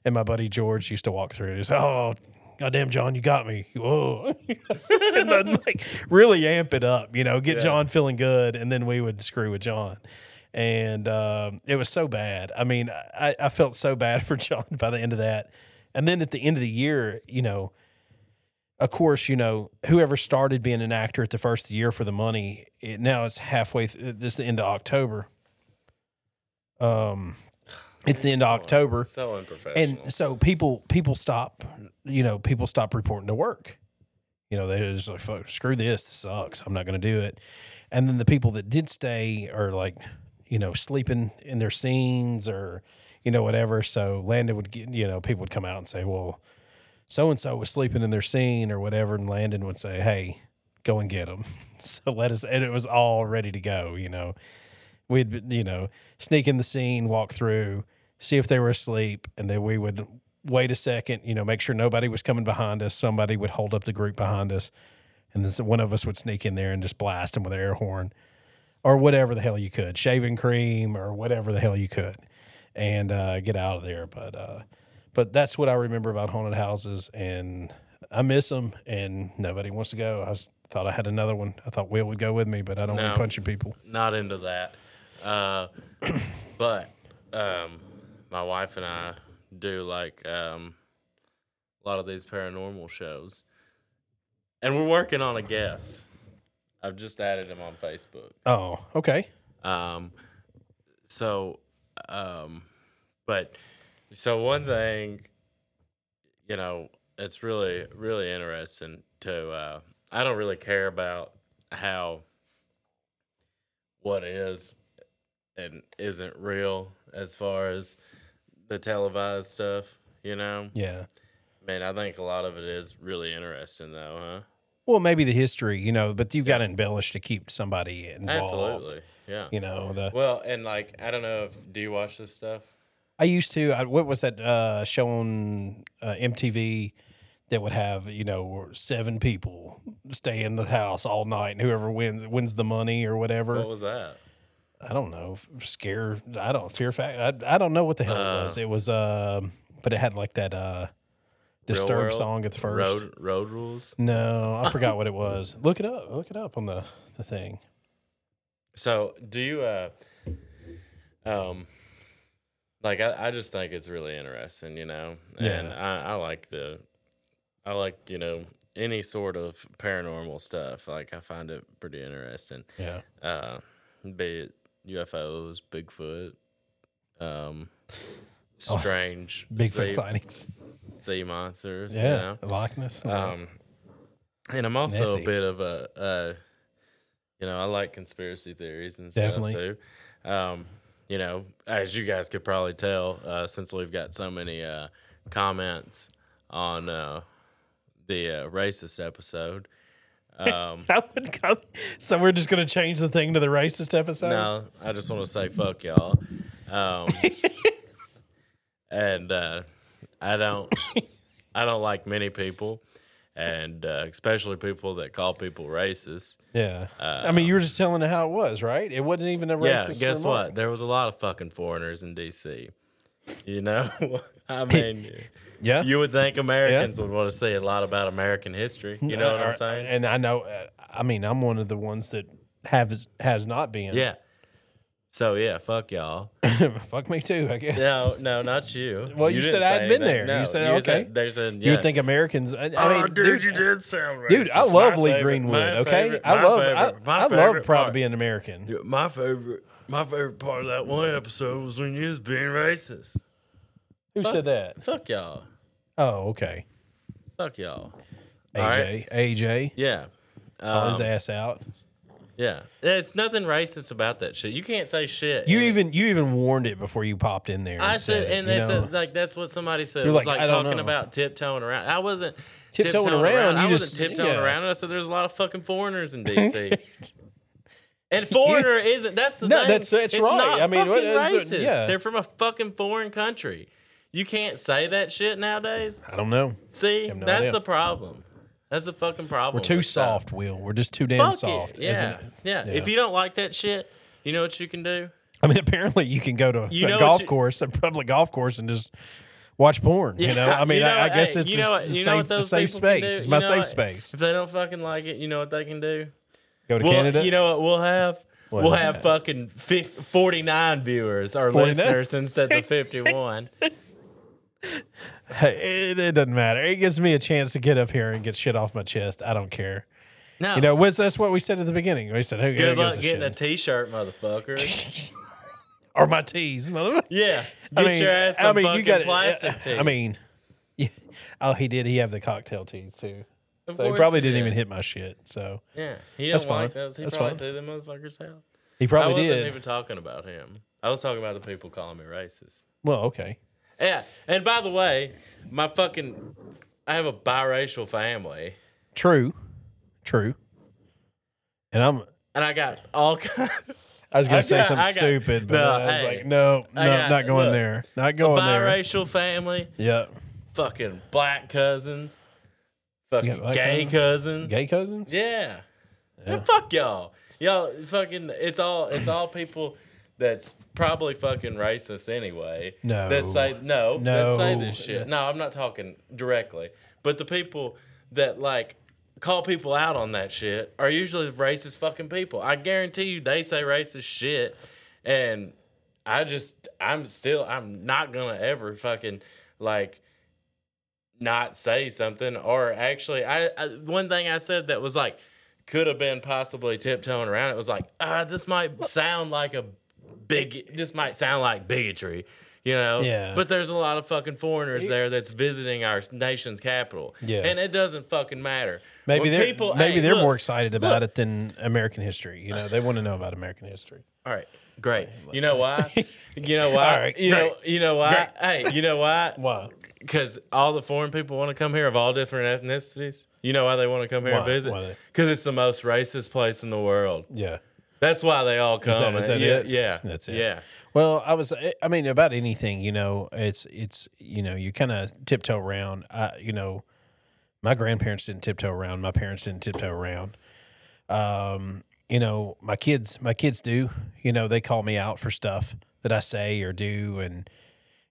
And my buddy George used to walk through. He's oh, goddamn, John, you got me. Whoa, [LAUGHS] and then, like really amp it up, you know, get John feeling good, and then we would screw with John. And um, it was so bad. I mean, I, I felt so bad [LAUGHS] for John by the end of that. And then at the end of the year, you know, of course, you know, whoever started being an actor at the first of the year for the money, it, now it's halfway, th- this is the end of October. Um, it's the end of October
So unprofessional.
and so people people stop you know people stop reporting to work you know they're just like fuck screw this this sucks i'm not going to do it and then the people that did stay are like you know sleeping in their scenes or you know whatever so landon would get you know people would come out and say well so and so was sleeping in their scene or whatever and landon would say hey go and get them [LAUGHS] so let us and it was all ready to go you know we'd you know sneak in the scene walk through see if they were asleep and then we would wait a second you know make sure nobody was coming behind us somebody would hold up the group behind us and then one of us would sneak in there and just blast them with an air horn or whatever the hell you could shaving cream or whatever the hell you could and uh, get out of there but uh, but that's what i remember about haunted houses and i miss them and nobody wants to go i s- thought i had another one i thought will would go with me but i don't want
No.
to punching people
not into that. Uh, [COUGHS] but um, my wife and I do like um, a lot of these paranormal shows, and we're working on a guest. I've just added him on Facebook.
oh okay
Um, so, um, but so one thing, you know, it's really really interesting to. Uh, I don't really care about how what is and isn't real as far as the televised stuff. You know,
Yeah.
man, I think a lot of it is really interesting though, huh?
Well, maybe the history, you know, but you've got to embellish to keep somebody involved.
Absolutely, yeah.
You know, the
Well, and like I don't know if do you watch this stuff?
I used to. I, what was that uh, show on uh, MTV that would have you know seven people stay in the house all night, and whoever wins wins the money or whatever.
What was that?
I don't know. Scare. I don't fear fact. I, I don't know what the hell it
Uh.
was. It was. um but it had like that uh, disturbed
World?
song at the first.
Road road rules.
No, I
[LAUGHS]
forgot what it was. Look it up. Look it up on the the thing.
So do you uh um like I, I just think it's really interesting, you know? And
Yeah.
I, I like the I like, you know, any sort of paranormal stuff. Like I find it pretty interesting.
Yeah.
Uh be it UFOs, Bigfoot, um strange
Oh, Bigfoot
sea,
sightings.
sea monsters, you
Yeah.
know.
Likeness. [LAUGHS]
Um, and I'm also
Messy.
a bit of a, uh, you know, I like conspiracy theories and
Definitely.
stuff too. Um, you know, as you guys could probably tell, uh, since we've got so many uh, comments on uh, the uh, racist episode. Um,
I would go. So we're just gonna change the thing to the racist episode.
no, I just want to say fuck y'all.
[LAUGHS]
Um, and uh, I don't, I don't like many people, and uh, especially people that call people racist.
Yeah. I mean, you were just telling it how it was, right? It wasn't even a racist.
yeah, guess
remark.
what? There was a lot of fucking foreigners in D.C. You know, [LAUGHS]
[LAUGHS]
I mean,
Yeah.
you would think Americans would want to say a lot about American history. You know what
Uh, [LAUGHS]
I'm saying?
And I know. uh, I mean, I'm one of the ones that have has not been.
yeah. So yeah, fuck y'all.
[LAUGHS] Fuck me too. I guess. [LAUGHS]
No, no, not you.
Well, you
didn't
said I
say
had been
anything.
there. You said, okay.
there's a.
You
yeah.
would think Americans. I, I mean, dude, uh,
did sound racist.
dude, I
My
love Lee
favorite-
Greenwood.
my
Okay,
favorite-
I
my
love.
favorite-
I,
my
I love
favorite
proud to
part-
be an American.
Dude, My favorite, my favorite part of that one episode was when you was being racist.
Who said that?
Fuck y'all.
Oh, okay.
Fuck y'all. All
AJ,
right.
AJ,
Yeah.
call his
Um,
ass out.
yeah. There's nothing racist about that shit. You can't say shit.
You
And
even you even warned it before you popped in there.
I
and
said,
it,
and
you
they
know?
said like that's what somebody said.
You're
it was
like,
like,
"I don't
talking
know."
about tiptoeing around. I wasn't
Tiptoeing
tiptoeing,
around,
around.
you
I wasn't
just-
tiptoeing
yeah.
around. And I said there's a lot of fucking foreigners
[LAUGHS]
in DC. and foreigner isn't that's the
No,
thing.
that's- that's
it's
right.
Not
I mean, what-
fucking
it's-
racist.
yeah.
They're from a fucking foreign country. You can't say that shit nowadays.
I don't know.
See,
no
that's
idea.
the problem. That's the fucking problem.
We're too
with stuff.
soft, Will. We're just too damn
Fuck
soft.
it. Yeah.
isn't it?
yeah.
Yeah.
If you don't like that shit, you know what you can do.
I mean, [LAUGHS] apparently you can go to
You know
a
what
golf
you-
course, a public golf course, and just watch porn.
[LAUGHS]
You know, I mean,
You know
I, I
what-
guess
hey,
it's
you know
a
what-
s-
you know
safe,
what those
safe
people can
space.
do?
It's
You
my
know
safe
what?
space.
If they don't fucking like it, you know what they can do?
Go to
Well,
Canada.
you know what? We'll have
What
we'll
is
have
that?
fucking fif- 49 viewers or
49?
listeners instead
[LAUGHS]
of 51.
hey, it, it doesn't matter. It gives me a chance to get up here and get shit off my chest. I don't care.
No.
You know, what's, that's what we said at the beginning. We said, "Who who
Oh. good
gives
luck
a
getting a
shit?
t-shirt,
[LAUGHS]
motherfucker.
or my tees, motherfucker."
yeah. Get your ass some fucking
gotta-
plastic
uh,
tees.
I mean, yeah. Oh, he did. He have the cocktail tees too.
Of
So he
course
probably didn't
did.
even hit my shit. So
Yeah. He didn't
That's
like
fine.
those. He
That's
probably
fine.
threw them motherfuckers out.
he
I
probably
wasn't
did.
even talking about him. I was talking about the people calling me racist.
well, okay.
Yeah. And by the way, my fucking I have a biracial family.
True. True. And I'm
And I got all [LAUGHS] kinds
I was gonna
I
say
got-
something
I got-
stupid, but
no,
I was
hey.
like, no, no,
I got-
not going
look,
there. Not going there.
biracial family.
Yeah.
fucking black cousins,
You
fucking
got black
gay
cousins?
cousins.
Gay cousins?
Yeah. Man, fuck y'all. Y'all fucking it's all it's all people that's probably fucking racist anyway.
No.
That say no, that
No.
say this shit. No, I'm not talking directly. But the people that like call people out on that shit are usually the racist fucking people. I guarantee you they say racist shit and I just I'm still I'm not gonna ever fucking like not say something or actually I, I one thing I said that was like could have been possibly tiptoeing around it was like ah this might sound like a big this might sound like bigotry you know.
Yeah.
But there's a lot of fucking foreigners there that's visiting our nation's capital.
Yeah.
And it doesn't fucking matter.
Maybe
When
they're
people-
maybe
hey,
they're
look,
more excited about it than American history. You know, they want to know about American history.
All right, great. You know why?
[LAUGHS]
You know why?
All right,
you know you know why? Hey, you know why?
Why?
Because all the foreign people want to come here of all different ethnicities. You know why they want to come here and
Why? Why
visit?
they-
Because it's the most racist place in the world.
Yeah.
That's why they all come.
is that
yeah,
it?
yeah,
That's it.
Yeah,
Well, I was eh, I mean about anything, you know, it's it's you know, you kind of tiptoe around. I you know, my grandparents didn't tiptoe around, my parents didn't tiptoe around. Um, you know, my kids my kids do, you know, they call me out for stuff that I say or do and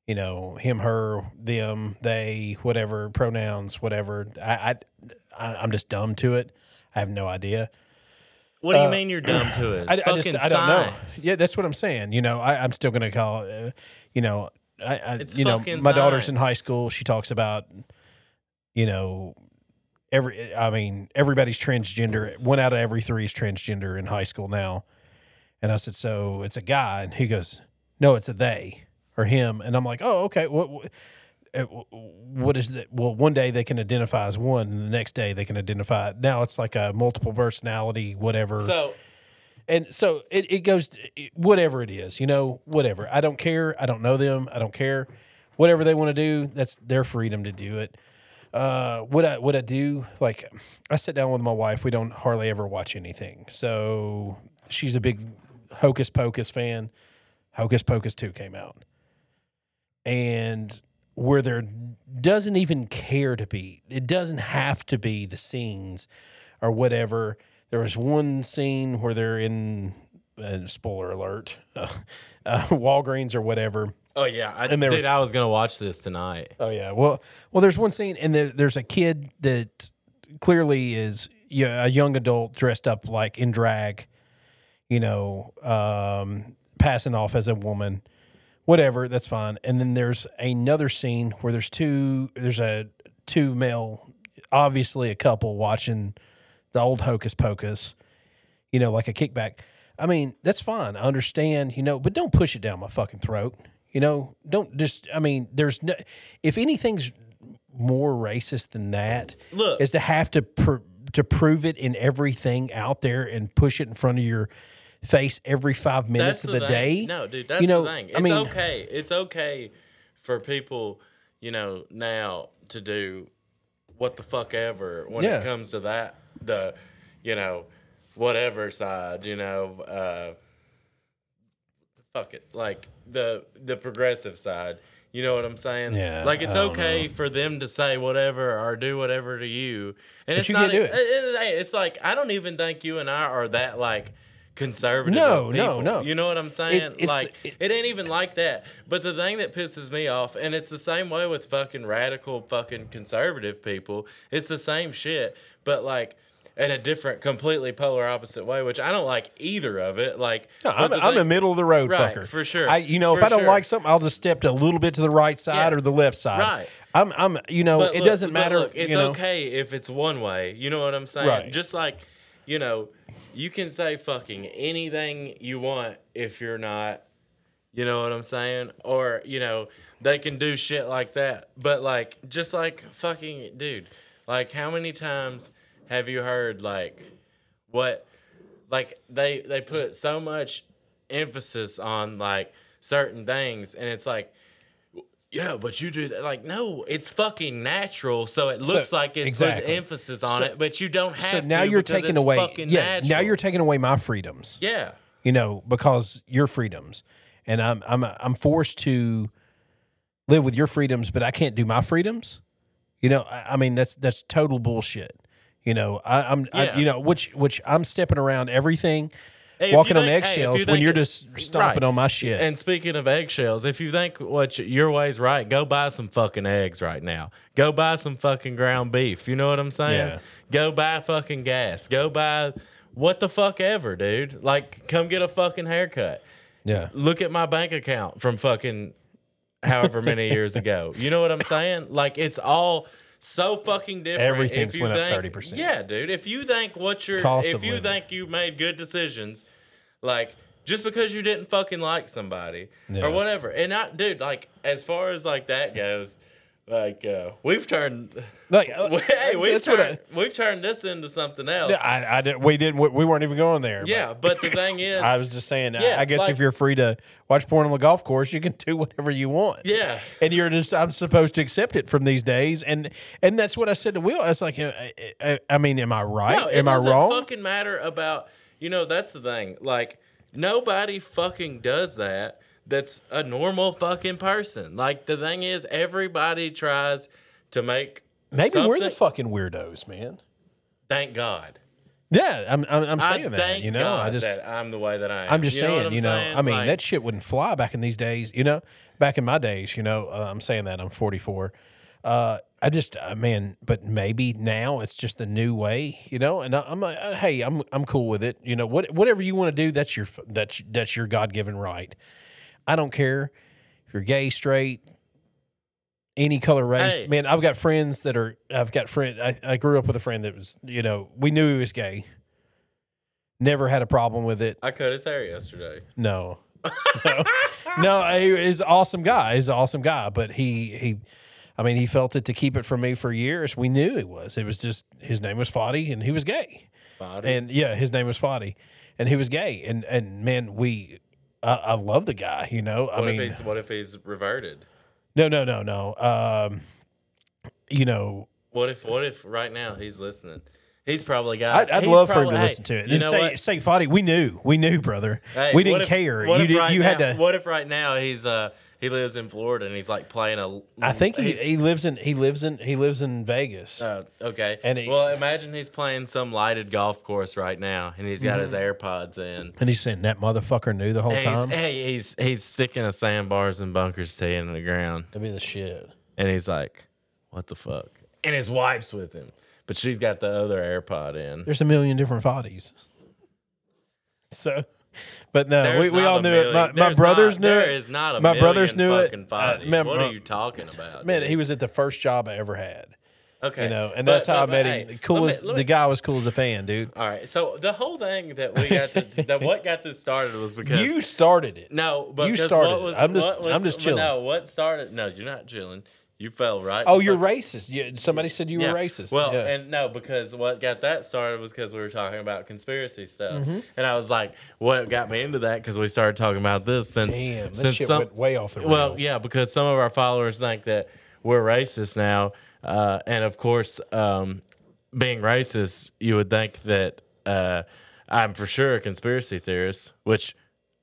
you know, him, her, them, they, whatever pronouns, whatever. I, I, I I'm just dumb to it. I have no idea.
What do you mean you're dumb to it?
Uh, I,
It's
I just
fucking
I don't know.
science.
Yeah, that's what I'm saying. You know, I, I'm still gonna call. Uh, you know, I, I
It's
you know my
fucking
daughter's in
science.
high school. She talks about, you know, every. I mean, everybody's transgender. One out of every three is transgender in high school now. And I said, so it's a guy, and he goes, no, it's a they or him. And I'm like, oh, okay. What? what uh, what is that? Well, one day they can identify as one, and the next day they can identify. Now it's like a multiple personality, whatever
So
and so it, it goes it- whatever it is you know whatever i don't care i don't know them i don't care whatever they want to do that's their freedom to do it uh what i what i do like i sit down with my wife we don't hardly ever watch anything so she's a big hocus pocus fan hocus pocus 2 came out and where there doesn't even care to be it doesn't have to be the scenes or whatever there was one scene where they're in uh, spoiler alert [LAUGHS] uh, walgreens or whatever
Oh yeah, I,
And there
dude,
was-
I was gonna watch this tonight.
Oh yeah. Well, well, there's one scene, and there, there's a kid that clearly is you know, a young adult dressed up like in drag, you know, um, passing off as a woman, whatever. That's fine. And then there's another scene where there's two there's a two male, obviously a couple watching the old Hocus Pocus, you know, like a kickback. I mean, that's fine. I understand, you know, but don't push it down my fucking throat. You know, don't just. I mean, there's no. If anything's more racist than that,
Look.
is to have to pr- to prove it in everything out there and push it in front of your face every five minutes of the,
thing.
day.
No, dude, that's
you know,
the thing. It's
I mean,
okay. It's okay for people, you know, now to do what the fuck ever when
Yeah.
it comes to that the, you know, whatever side, you know, uh, fuck it, like the the progressive side. You know what I'm saying?
Yeah,
Like it's
I don't
okay for them to say whatever or do whatever to you, and it's
you
not. e
can't do it.
at the end of the day, It's like I don't even think you and I are that like conservative.
No,
of
no,
people.
no.
You know what I'm saying?
it's
like
the-
it, ain't even like that. But the thing that pisses me off, and it's the same way with fucking radical fucking conservative people. It's the same shit, but like in a different, completely polar opposite way. Which I don't like either of it. Like
No,
but
I'm,
the
I'm a
thing-
middle of the road
Right,
fucker
for sure.
I, you know, if
For
I don't
sure.
like something, I'll just step to a little bit to the right side
Yeah.
or the left side.
Right.
I'm, I'm, you know,
But
it
look- but
doesn't matter.
look, it's
you know,
okay if it's one way. You know what I'm saying?
Right.
Just like, you know, you can say fucking anything you want if you're not. You know what I'm saying? Or you know, they can do shit like that. But like, just like fucking dude, like how many times have you heard like what like they they put so much emphasis on like certain things and it's like yeah but you do that like no it's fucking natural so it looks like it
exactly.
put emphasis on
So-
it but you don't
So
have
now
to
you're
because
taking
it's
away, yeah.
fucking natural.
Now you're taking away my freedoms.
yeah
you know, because your freedoms, and I'm I'm I'm forced to live with your freedoms, but I can't do my freedoms. You know, I, I mean that's that's total bullshit. You know, I, I'm I,
Yeah.
you know which which I'm stepping around everything,
Hey, if
walking
you
on
think- hey, if you
eggshells when
think
you're
it-
just stomping
right.
on my shit.
And speaking of eggshells, if you think what you, your way's right, go buy some fucking eggs right now. Go buy some fucking ground beef. You know what I'm saying?
Yeah.
Go buy fucking gas. Go buy what the fuck ever, dude. Like, come get a fucking haircut.
yeah,
Look at my bank account from fucking however many years ago. You know what I'm saying? Like, it's all. So fucking different. If
Everything's
you
went up
think-
30%.
Yeah, dude. If you think what you're,
Cost
if
of
you
living.
think you made good decisions, like just because you didn't fucking like somebody
Yeah.
or whatever. And I, dude, like as far as like that goes, like uh, we've turned, [LAUGHS]
Like,
hey,
uh,
we've
that's what
turned,
I-
we've turned this into something else.
Yeah, I, I did, we didn't. We weren't even going there. but
yeah, but the thing is,
I was just saying. I-
Yeah,
I guess
like-
if you're free to watch porn on the golf course, you can [LAUGHS] do whatever you want.
yeah,
and you're just I'm supposed to accept it from these days, and and that's what I said to Will. I was like, uh, uh, I mean, am I right?
No, it
am I
doesn't
wrong?
Fucking matter about you know that's the thing. Like nobody fucking does that. That's a normal fucking person. Like the thing is, everybody tries to make
Maybe we're the
something-
fucking weirdos, man.
Thank God.
Yeah, I'm I'm, I'm
I
saying
thank
that. You know,
God
I just
that I'm the way that I am.
I'm just
You know
saying.
what I'm
you know,
saying?
I mean,
Like,
that shit wouldn't fly back in these days. You know, back in my days. You know, uh, I'm saying that I'm 44. Uh, I just, uh, man, but maybe now it's just the new way, you know. And I, I'm like, uh, hey, I'm I'm cool with it. You know, what whatever you want to do, that's your f- that's that's your God given right. I don't care if you're gay, straight, any color, race.
Hey.
Man, I've got friends that are. I've got friend. I, I grew up with a friend that was. You know, we knew he was gay. Never had a problem with it.
I cut his hair yesterday.
No. [LAUGHS] no. No, he is an awesome guy. He's an awesome guy, but he he I mean, he felt it to keep it from me for years. We knew he was. It was just his name was Foddy and he was gay. And yeah, his name was Foddy and he was gay. And and man, we I, I love the guy, you know. I
what
mean,
if he's what if he's reverted?
no, no, no, no. Um you know,
What if what if right now he's listening? He's probably got.
I'd, I'd
Uh, he's
love for him
probably-
to
hey,
listen to it.
You
And
know
say,
what?
say, Foddy, we knew, we knew, brother.
Hey,
we
what
didn't
if-
care.
what
You
if
did,
right
you had
now-
to.
What if right now he's uh he lives in Florida and he's like playing a.
I think he,
he's-
he lives in he lives in he lives in Vegas.
uh, okay.
and he-
well, imagine he's playing some lighted golf course right now, and he's got his
Mm-hmm.
AirPods in.
And he's saying that motherfucker knew the whole
And he's,
time.
hey, he's he's sticking a sandbars and bunkers tee in the ground,
That'd be the shit.
and he's like, "What the fuck?" And his wife's with him, but she's got the other AirPod in.
There's a million different bodies. [LAUGHS] So, but no,
There's
we, we
not
all
a
knew
million-
it. My, my
there's
brothers
not-
knew
There
it.
is not a
My
million
brothers knew it.
fucking
Uh,
Bodies.
man,
what
bro-
are you talking about?
Man,
dude?
he was at the first job I ever had.
Okay.
You know, and
But-
that's how
but-
I met
but,
him.
hey,
cool
let me-
as
let
the
me-
guy was cool as a fan, dude.
All right. So the whole thing that we got
[LAUGHS]
to that what got this started was because
You started it.
no, but
you
because
started
What
it.
was,
I'm just-
what was-
I'm just
but
chilling.
No, what started? No, you're not chilling. You fell right.
Oh,
the
you're
fuck-
racist. You, somebody said you
yeah.
were racist.
Well,
Yeah.
and no, because what got that started was because we were talking about conspiracy stuff,
Mm-hmm.
and I was like, what got me into that? Because we started talking about this since
damn, this
since
shit
some,
went way off the rails.
well, yeah, because some of our followers think that we're racist now, uh, and of course, um, being racist, you would think that uh, I'm for sure a conspiracy theorist, which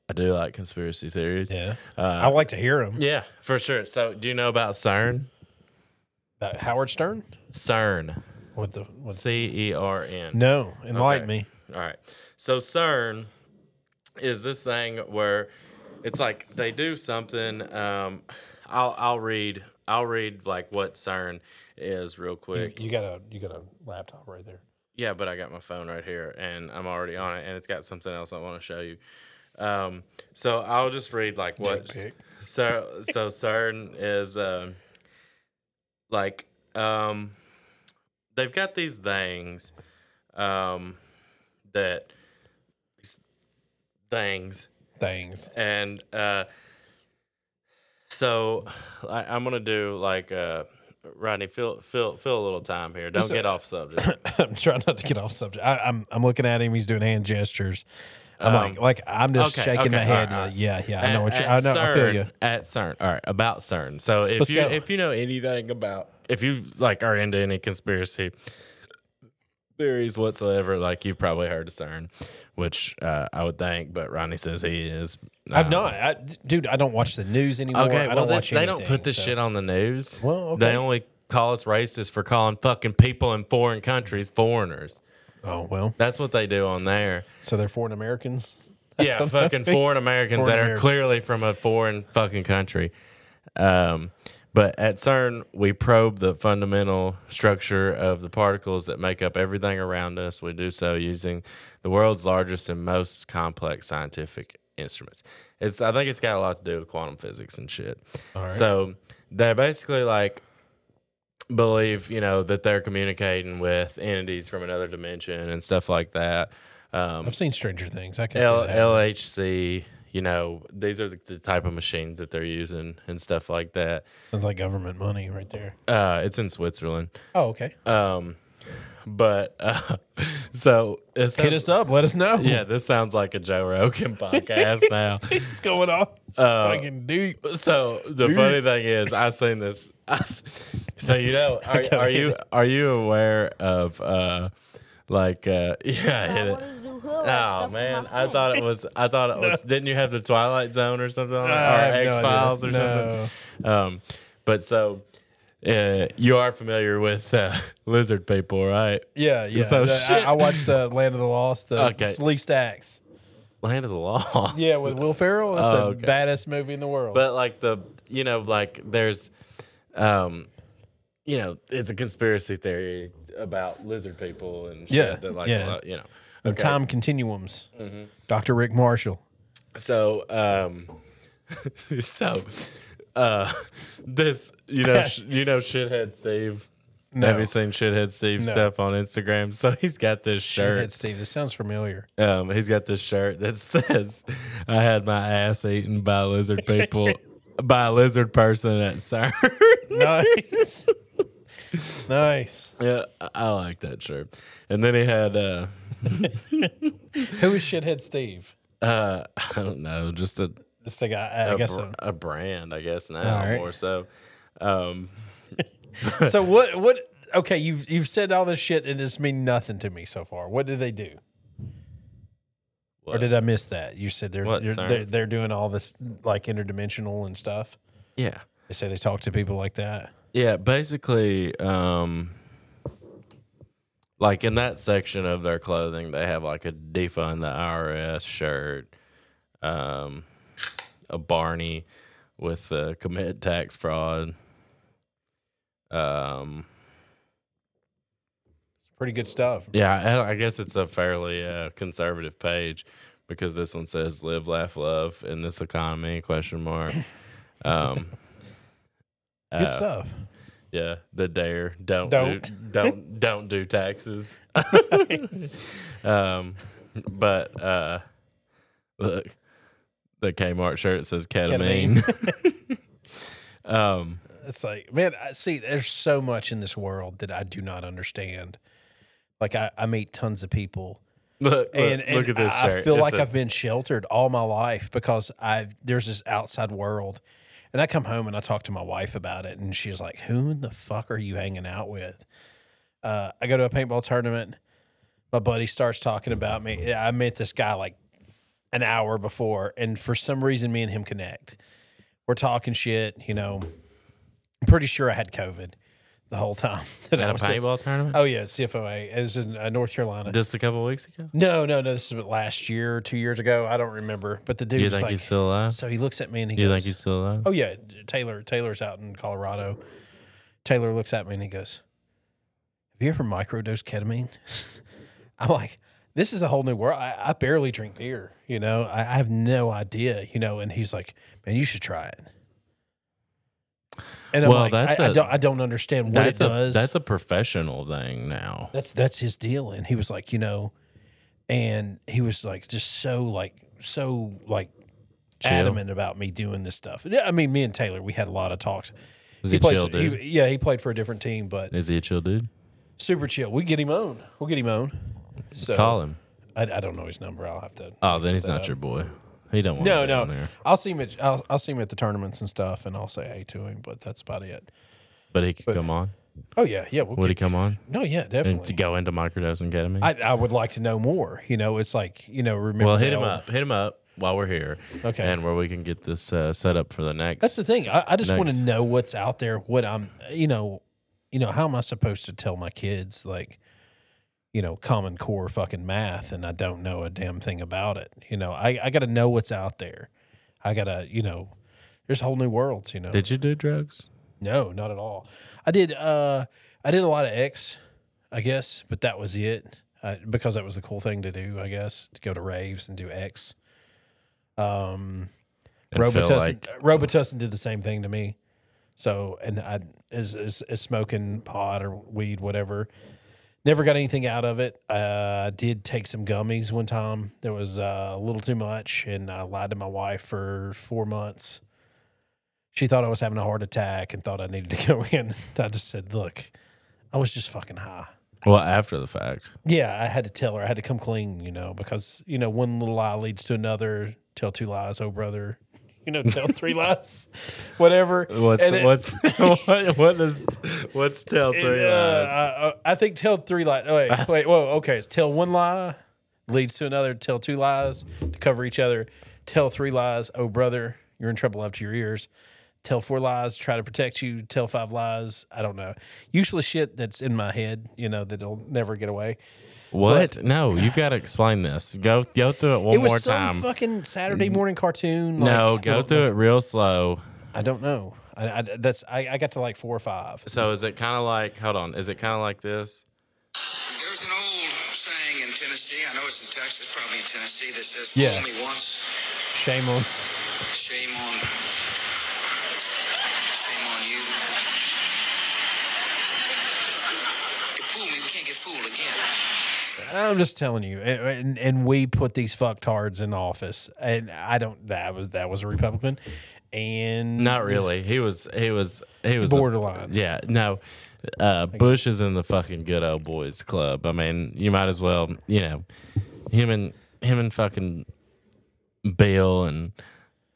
I do like conspiracy theories.
yeah. I like to hear him.
Uh, Yeah, for sure. So, do you know about CERN?
Uh, Howard Stern.
CERN,
What the? What,
C E R N.
no, enlighten
Okay.
me.
All right. So CERN is this thing where it's like they do something. Um, I'll I'll read I'll read like what CERN is real quick.
You got a you got a laptop right there.
Yeah, but I got my phone right here and I'm already on it and it's got something else I want to show you. Um, so I'll just read like what
pic.
so so CERN is um like um they've got these things um that things
Things. [LAUGHS]
and uh, so I, I'm gonna do like uh, Rodney, fill fill fill a little time here. Don't
So-
get off subject.
I'm trying not to get off subject. I, I'm I'm looking at him. He's doing hand gestures.
Um,
I'm like like I'm just
okay,
shaking
okay,
my head.
all right, all right.
Yeah, yeah. I
At-
know what you.
at
I know. I feel
CERN-
you.
At CERN. All right, about CERN. So if
Let's
you
go.
if you know anything about if you like are into any conspiracy theories whatsoever, like you've probably heard of CERN, which uh, I would think, but Ronnie says he is. Uh,
I'm not, I, dude. I don't watch the news anymore.
Okay,
I
well,
don't
that's-
watch
they don't
anything,
put this
so-
shit on the news.
Well, okay.
they only call us racist for calling fucking people in foreign countries foreigners.
Oh well.
That's what they do on there.
So they're foreign Americans.
[LAUGHS] Yeah, fucking foreign Americans
Foreign
that are
Americans.
clearly from a foreign fucking country. Um, but at CERN, we probe the fundamental structure of the particles that make up everything around us. We do so using the world's largest and most complex scientific instruments. It's I think it's got a lot to do with quantum physics and shit. So they're basically like believe you know that they're communicating with entities from another dimension and stuff like that Um,
I've seen Stranger Things. I can
L-
see that.
LHC, you know, these are the, the type of machines that they're using and stuff like that.
Sounds like government money right there.
Uh, it's in Switzerland.
Oh, okay.
Um, but [LAUGHS] uh, so it
Hit
sounds-
us up. Let us know.
Yeah, this sounds like a Joe Rogan podcast now.
[LAUGHS] What's going on?
Uh,
Fucking deep.
so the funny thing is, I seen this. [LAUGHS] I s so you
[LAUGHS]
know, are, are you are you aware of uh, like uh, [LAUGHS] yeah? hit
I
it.
wanted to do hood stuff
Oh
with my
man, I
friends.
thought it was. I thought it
[LAUGHS]
was. Didn't you have the Twilight Zone or something, on it? or X Files or something? Um, but so, uh, you are familiar with uh, [LAUGHS] lizard people, right?
Yeah, yeah.
So
The- I,
shit.
I watched uh, Land of the Lost, the
Okay.
Slee Stacks.
Land of the Lost.
Yeah, with Will Ferrell. That's
Oh,
the
okay.
baddest movie in the
[LAUGHS]
world.
but like the you know like there's, um, you know it's a conspiracy theory about lizard people and shit
Yeah,
that like
yeah.
a lot- you know
The time continuums.
Mm-hmm.
Dr. Rick Marshall.
So, um, [LAUGHS] so, uh, this you know sh- you know shithead Steve. Have you seen shithead Steve stuff on Instagram? So he's got this
Shithead
shirt.
Steve. This sounds familiar.
Um, he's got this shirt that [LAUGHS] says, "I had my ass eaten by lizard
[LAUGHS]
people." By a lizard person at CERN.
Nice. [LAUGHS] nice.
[LAUGHS] yeah, I- I like that shirt. And then he had, uh,
Who is Shithead Steve?
uh, [LAUGHS] I don't know, just a
This the guy. I
a
guess
br-
so.
a brand, I guess now
All right.
more so. Um, [LAUGHS]
so what? What? Okay, you've you've said all this shit and it's mean nothing to me so far. What did they do? Or
What?
did I miss that? You said they're
What,
they're,
sir?
they're they're doing all this like interdimensional and stuff.
yeah.
They say they talk to people like that.
Yeah, basically, um, like in that section of their clothing, they have like a defund the IRS shirt, um, a Barney with uh, commit tax fraud. Um,
Pretty good stuff.
yeah, I, I guess it's a fairly uh, conservative page because this one says "Live, Laugh, Love" in this economy? Question mark. Um,
Good
uh,
stuff.
Yeah, the dare don't
Don't.
do, [LAUGHS] don't don't do taxes. [LAUGHS] um, but uh, look, the Kmart shirt says ketamine. [LAUGHS] um,
It's like, man, I see there's so much in this world that I do not understand. Like I, I meet tons of people
look, look,
and, and
look at this
I,
shirt.
I feel
It
like
says-
I've been sheltered all my life because I there's this outside world. And I come home and I talk to my wife about it and she's like, Who in the fuck are you hanging out with? Uh, I go to a paintball tournament. My buddy starts talking about me. Yeah, I met this guy like an hour before, and for some reason, me and him connect. We're talking shit, you know. I'm pretty sure I had COVID the whole time. [LAUGHS] that I
at a
was in-
paintball tournament
Oh yeah, CFOA. It was in uh, North Carolina.
just a couple weeks ago.
No, no, no. This was last year, two years ago. I don't remember. But the dude
You
was
think
like,
he's still alive?
so he looks at me and he
You
goes,
think he's still alive?
"Oh yeah, Taylor. Taylor's out in Colorado." Taylor looks at me and he goes, "Have you ever microdosed ketamine?" [LAUGHS] I'm like, "This is a whole new world. I, I barely drink beer. You know, I, I have no idea. You know." And he's like, "Man, you should try it." And I'm
Well,
like,
that's
I, I
a-
don't. I don't understand what
that's
it
a
does.
that's a professional thing now.
that's that's his deal and he was like you know and he was like just so like so like
Chill.
adamant about me doing this stuff yeah i mean me and taylor we had a lot of talks
Is
he
he,
plays
chill,
he-
dude?
yeah he played for a different team but
Is he a chill dude?
super chill we get him on we'll get him on so
Call him.
I, I don't know his number i'll have to
Oh, then he's
that
not
up.
your boy. He don't want
no
to be on
no
here.
i'll see him at I'll, I'll see him at the tournaments and stuff and i'll say hey to him but that's about it
But he could come on.
oh yeah yeah we'll
Would he
get,
come on?
no yeah
And to
definitely
go into microdosing ketamine?
I, I would like to know more you know it's like you know remember
well, hit
the
him
old-
up. Hit him up while we're here.
Okay.
And where we can get this uh, set up for the next.
That's the thing. I, I just want
Nice.
to know what's out there. What I'm, you know, you know, how am I supposed to tell my kids like, you know, Common Core fucking math, and I don't know a damn thing about it. You know, I I got to know what's out there. I gotta, you know, there's whole new worlds. You know,
Did you do drugs?
no, not at all. I did. uh I did a lot of X, I guess, but that was it. I, because that was the cool thing to do, I guess, to go to raves and do X. Um,
And feel
Robitussin,
like-
Robitussin did the same thing to me. So, and I is is, is smoking pot or weed, whatever. Never got anything out of it. Uh, I did take some gummies one time. There was uh, a little too much, and I lied to my wife for four months. She thought I was having a heart attack and thought I needed to [LAUGHS] go in. I just said, "Look, I was just fucking high."
Well, after the fact.
Yeah, I had to tell her. I had to come clean, you know, because you know one little lie leads to another. Tell two lies, oh brother. [LAUGHS] You know,
[LAUGHS]
tell three lies, whatever.
What's
And it- [LAUGHS]
what's [LAUGHS] what, what does what's tell
it,
three
uh,
lies?
I, I- I think tell three lies.
[LAUGHS]
Oh, wait, wait, whoa, okay. It's tell one lie leads to another. Tell two lies to cover each other. Tell three lies, oh brother, you're in trouble up to your ears. Tell four lies, try to protect you. Tell five lies, I don't know. Usually shit that's in my head, you know, that'll never get away.
What?
what? No, you've got to explain this. Go go through it one
it was
more
some
time. Mm.
fucking Saturday morning cartoon. like,
no,
I
go
don't
through
know.
it real slow.
I don't know. I, I- that's I, I got to like four or five.
So is it kind of like? Hold on. Is it kind of like this?
There's an old saying in Tennessee. I know it's in Texas, probably in Tennessee, that says, "Fool
Yeah.
me once,
Shame on. [LAUGHS]
shame on, shame on you." You fool me, we can't get fooled again.
I'm just telling you, and, and and we put these fucktards in office, and I don't. That was that was a Republican, and
Not really. He was. He was. He was a-
Borderline.
yeah. No. Uh, Bush is in the fucking good old boys club. I mean, you might as well. You know, him and him and fucking Bill and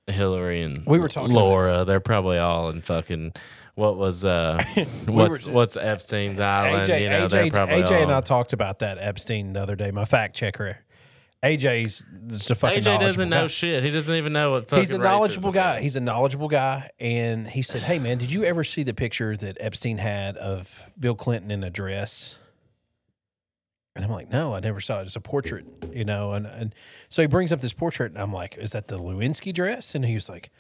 Hillary and
We were talking-
Laura. They're probably all in fucking. What was
[LAUGHS]
uh? what's what's Epstein's island?
AJ
you know, they're
AJ,
probably
AJ and
all-
I talked about that Epstein the other day. My fact checker, AJ's just a fucking
AJ doesn't
knowledgeable
know
guy.
shit. He doesn't even know what fucking.
He's a knowledgeable
racism
guy.
is.
He's a knowledgeable guy, and he said, "Hey man, did you ever see the picture that Epstein had of Bill Clinton in a dress?" And I'm like, "No, I never saw it. It's a portrait, you know." And and so he brings up this portrait, and I'm like, "Is that the Lewinsky dress?" And he was like,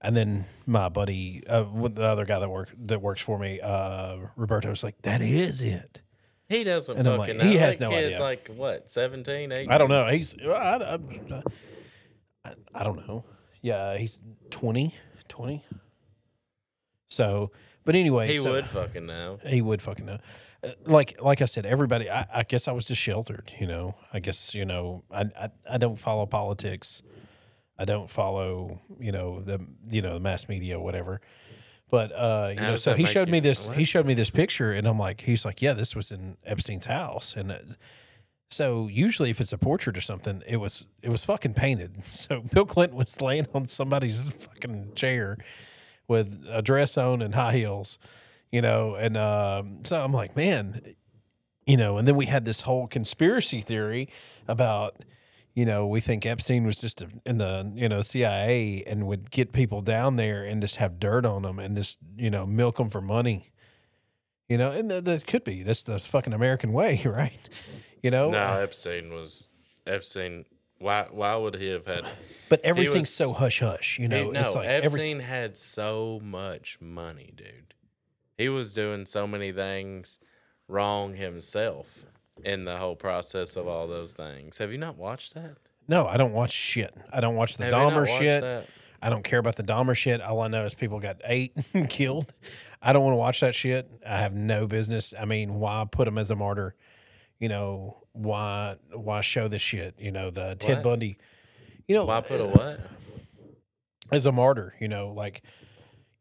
and then my buddy, uh, with the other guy that work that works for me, uh, Roberto, was like, "That is it."
He doesn't
And I'm
fucking
like,
know.
he has
That
no
kid's
idea.
like what 17, 18?
I don't know. He's I, I, I- I don't know. Yeah, he's 20, 20. So, but anyway,
He
so-
would fucking know.
He would fucking know. Uh, Like like I said, everybody. I, I guess I was just sheltered. You know. I guess you know. I, I I don't follow politics. I don't follow you know the you know the mass media whatever. But uh, you
How
know,
does
so
that
he
make
showed
you-
me this. He
what?
showed me this picture, and I'm like, he's like, yeah, this was in Epstein's house, and. uh, so usually, if it's a portrait or something, it was it was fucking painted. [LAUGHS] So Bill Clinton was laying on somebody's fucking chair with a dress on and high heels, you know. And um, so I'm like, man, you know. And then we had this whole conspiracy theory about, you know, we think Epstein was just a, in the you know CIA and would get people down there and just have dirt on them and just you know milk them for money. You know, and that, that could be. That's the fucking American way, [LAUGHS] right? You know,
No, Epstein was Epstein. Why? Why would he have
[SIGHS]
had?
But everything's
was-
so hush hush, you know.
He- no,
it's like every-
Epstein had so much money, dude. He was doing so many things wrong himself in the whole process of all those things. Have you not watched that?
no, I don't watch shit. I don't watch the
Have you not
Dahmer
watched
shit.
that?
I don't care about the Dahmer shit. All I know is people got eight [LAUGHS] and killed. I don't want to watch that shit. I have no business. I mean, why put him as a martyr? You know, why why show this shit? You know, the Ted
What?
Bundy. You know, uh,
Why put a what?
as a martyr, you know, like,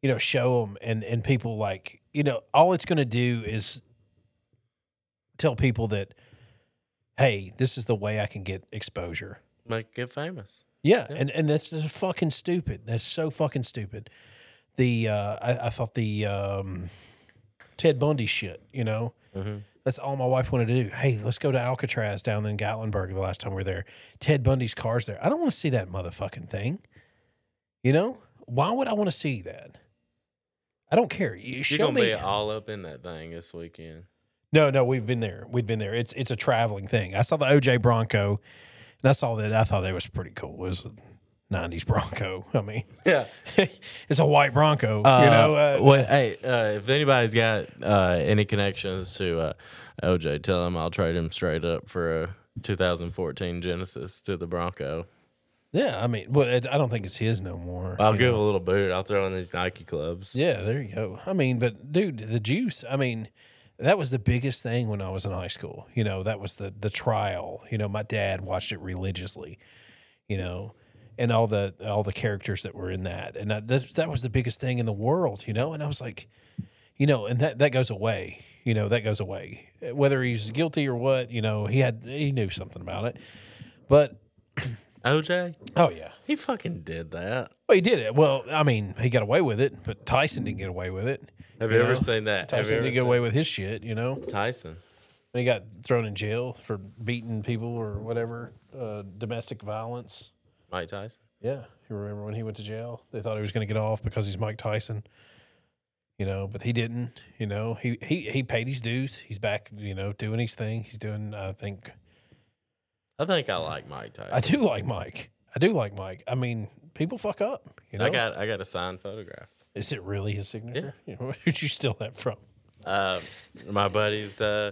you know, show them and and people like, you know, all it's going to do is tell people that, hey, this is the way I can get exposure.
Like get famous.
Yeah,
Yeah.
and and that's just fucking stupid. That's so fucking stupid. The uh, I, I thought the um, Ted Bundy shit. You know, that's all my wife wanted to do. Hey, let's go to Alcatraz down in Gatlinburg. The last time we were there, Ted Bundy's car's there. I don't want to see that motherfucking thing. You know, why would I want to see that? I don't care. You
You're
show
gonna
me.
be all up in that thing this
[LAUGHS]
weekend.
No, no, we've been there. We've been there. It's it's a traveling thing. I saw the OJ Bronco, and I saw that. I thought that was pretty cool. It was a '90s Bronco. I mean,
Yeah.
[LAUGHS] it's a white Bronco. you know, uh,
well, hey, uh, if anybody's got uh, any connections to uh, OJ, tell him I'll trade him straight up for a 2014 Genesis to the Bronco.
yeah. I mean, but it, I don't think it's his no more.
I'll
you
give
know.
a little boot. I'll throw in these Nike clubs.
Yeah, there you go. I mean, but dude, the juice. I mean, that was the biggest thing when I was in high school. You know, that was the the trial. You know, my dad watched it religiously. You know, and all the all the characters that were in that, and that that, that was the biggest thing in the world. You know, and I was like, you know, and that that goes away. You know, that goes away. Whether he's guilty or what, you know, he had he knew something about it. But
OJ,
oh yeah,
he fucking did that.
well he did it. Well, I mean, he got away with it, but Tyson didn't get away with it.
Have
You
you, ever
know?
seen that? Have
Tyson
you ever
didn't get
seen
away with his shit. You know.
Tyson?
And he got thrown in jail for beating people or whatever, uh, domestic violence.
Mike Tyson.
Yeah, you remember when he went to jail? They thought he was going to get off because he's Mike Tyson, you know, but he didn't. You know, he he he paid his dues. He's back, you know, doing his thing. He's doing. I think
I think I like Mike Tyson.
I do like Mike. I do like Mike. I mean, people fuck up. You know,
I got I got a signed photograph.
is it really his signature? [LAUGHS] You know, where'd you steal that from?
Uh, my buddy's uh,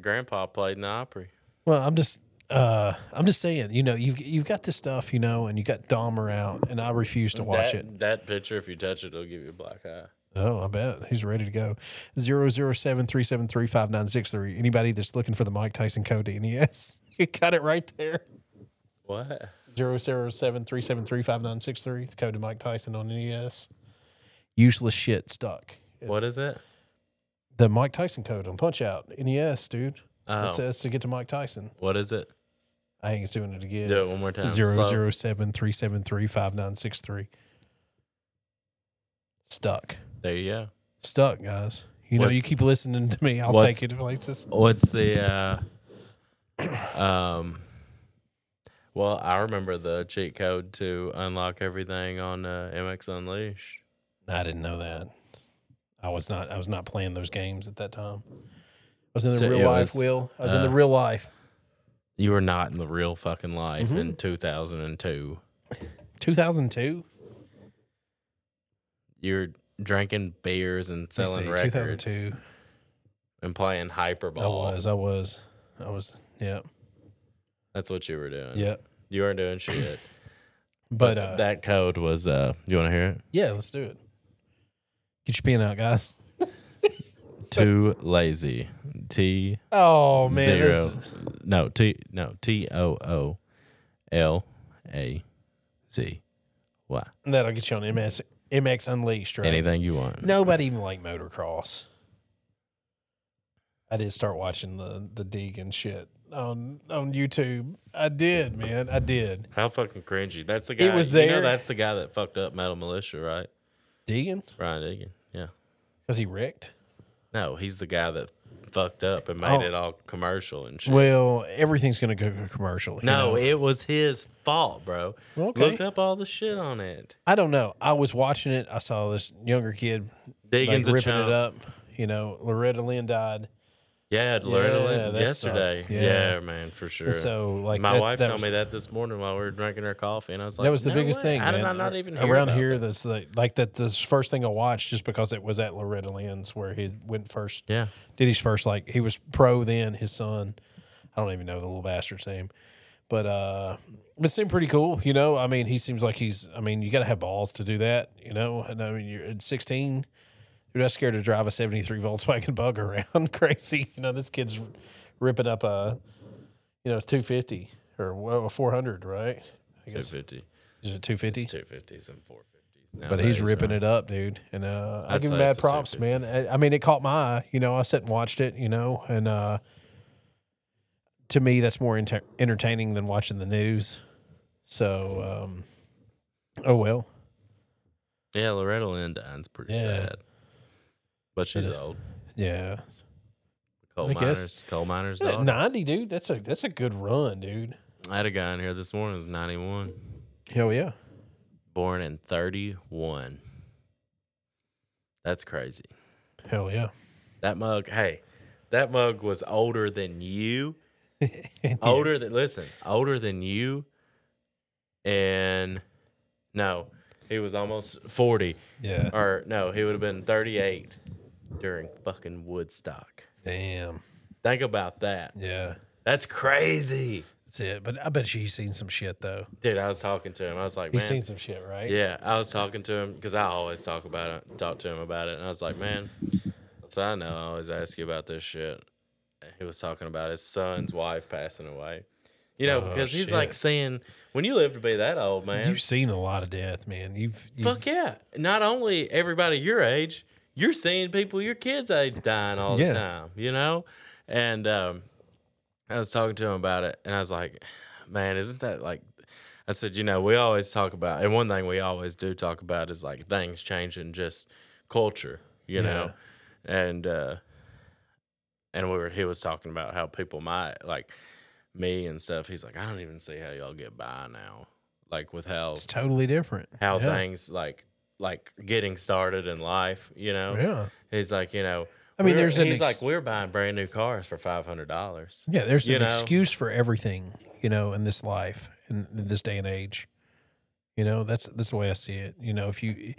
grandpa played in the Opry.
Well, I'm just uh I'm just saying, you know, you've you've got this stuff, you know, and you got Dahmer out, and I refuse to watch
that,
it.
That picture, if you touch it, it'll give you a black eye.
Oh, I bet he's ready to go. Zero zero seven three seven three five nine six three. Anybody that's looking for the Mike Tyson code to NES, [LAUGHS] you got it right there.
What?
Zero zero seven three seven three five nine six three. The code to Mike Tyson on NES. Useless shit stuck.
What is it?
The Mike Tyson code on Punch Out NES, dude.
Oh.
That's, that's to get to Mike Tyson.
What is it?
I ain't doing it again.
Do it one more time.
Zero
Slow.
zero seven three seven three five nine six three. Stuck,
There you go.
stuck, guys. You know,
What's-
you keep listening to me. I'll
what's-
take you to places.
What's the? Uh, [COUGHS] um. Well, I remember the cheat code to unlock everything on uh, MX Unleashed.
I didn't know that. I was not. I was not playing those games at that time. I was in the
So it
real life,
was,
Will. I was in the
uh,
real life.
You were not in the real fucking life
Mm-hmm.
in 2002.
2002.
You're drinking beers and selling records
2002.
and playing hyperball.
I was. I was. I was. Yeah.
That's what you were doing.
Yeah.
You weren't doing shit.
But uh,
that code was uh you want to hear it?
yeah, let's do it. Get your pen out, guys.
Too lazy. T
Oh man,
zero.
this is-
No, T no, T O O L A Z Y.
that'll get you on MS MX Unleashed, right?
Anything you want.
Nobody even liked motocross. I did start watching the the Deegan shit on on YouTube. I did, man. I did.
How fucking cringy. That's the guy.
It was
You
there.
know that's the guy that fucked up Metal Militia, right?
Deegan?
Brian Egan. Yeah.
Was he wrecked?
No, he's the guy that fucked up and made
Oh.
it all commercial and shit.
Well, everything's gonna go to commercial. you
no,
know?
it was his fault, bro.
Okay.
Look up all the shit on it.
I don't know. I was watching it. I saw this younger kid like,
Deegan's a
ripping
chump.
it up. You know, Loretta Lynn died.
Yeah, at Loretta
Yeah,
Lynn
that
yesterday.
sucked. Yeah.
Yeah. man, for sure.
And so like
my
that-
wife
that
told
was-
me that this morning while we were drinking our coffee, and I was like,
That was the
"No
biggest
way.
thing.
How did
man.
I not even hear
around
about
here?
that?"
That's like, like that. The first thing I watched just because it was at Loretta Lynn's where he went first.
Yeah,
did his first like he was pro then his son i don't even know the little bastard's name but uh but seemed pretty cool you know i mean he seems like he's i mean you gotta have balls to do that you know and i mean you're at 16 you're not scared to drive a 73 volkswagen bug [LAUGHS] around crazy you know this kid's ripping up a you know 250 or wha- 400 right i
two
guess
fifty,
is it 250
two fifties, and four fifties.
but he's ripping it up, dude. And uh, I
I'd
give
say
him bad
it's a
props, man. I, I mean, it caught my eye. You know, I sat and watched it. You know, and uh, to me, that's more enter- entertaining than watching the news. So, um, oh well.
Yeah, Loretta Lynn Dine's pretty
Yeah.
sad, but she's
It-
old.
Yeah,
Coal
I guess-
miners, coal miners.
At
Dog.
ninety, dude. That's a that's a good run, dude.
I had a guy in here this morning. who's ninety one,
Hell yeah.
born in thirty one. That's crazy.
Hell yeah.
That mug, hey, that mug was older than
[LAUGHS]
you. older than listen, older than you. And no, he was almost forty.
Yeah.
Or no, he would have been thirty eight during fucking Woodstock.
Damn.
Think about that.
Yeah.
That's crazy.
That's it. But I bet you he's seen some shit though.
Dude, I was talking to him. I was like,
He's
man.
seen some shit, right?
Yeah, I was talking to him because I always talk about it, talk to him about it, and I was like, man, I was else I know, I always ask you about this shit. He was talking about his son's wife passing away. You know,
Oh,
because he's like
shit.
saying, when you live to be that old, man,
You've seen a lot of death, man. You've, you've
fuck yeah. Not only everybody your age, you're seeing people your kids' age dying all
Yeah.
the time, you know? And um, I was talking to him about it, and I was like, man, isn't that like, I said, you know, we always talk about, and one thing we always do talk about is like things changing just culture, you know? And, uh, and we were, he was talking about how people might like me and stuff. He's like, I don't even see how y'all get by now. Like with how
it's totally different.
how
yeah.
things like like getting started in life, you know.
Yeah.
He's like, you know,
I mean,
we're-
there's an
he's
ex-
like we're buying brand new cars for five hundred dollars.
Yeah, there's
You
an
know?
excuse for everything, you know, in this life, in, in this day and age. You know, that's that's the way I see it. You know, if you,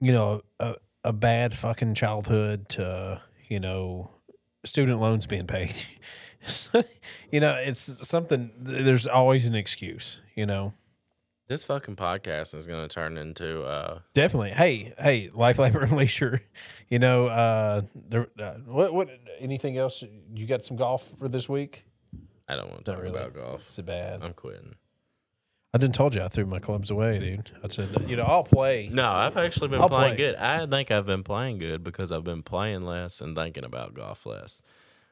you know, a, a bad fucking childhood to, you know, student loans being paid. [LAUGHS] you know, it's something. There's always an excuse. You know,
This fucking podcast is gonna turn into uh
definitely. Hey, hey, life, [LAUGHS] labor, and leisure. You know, uh, there. Uh, what, what? Anything else? You got some golf for this week?
I don't want to talk
really.
about golf.
Is it bad?
I'm quitting.
I didn't told you I threw my clubs away, dude. I said, you know, I'll play.
No, I've actually been
I'll
playing
play.
good. I think I've been playing good because I've been playing less and thinking about golf less.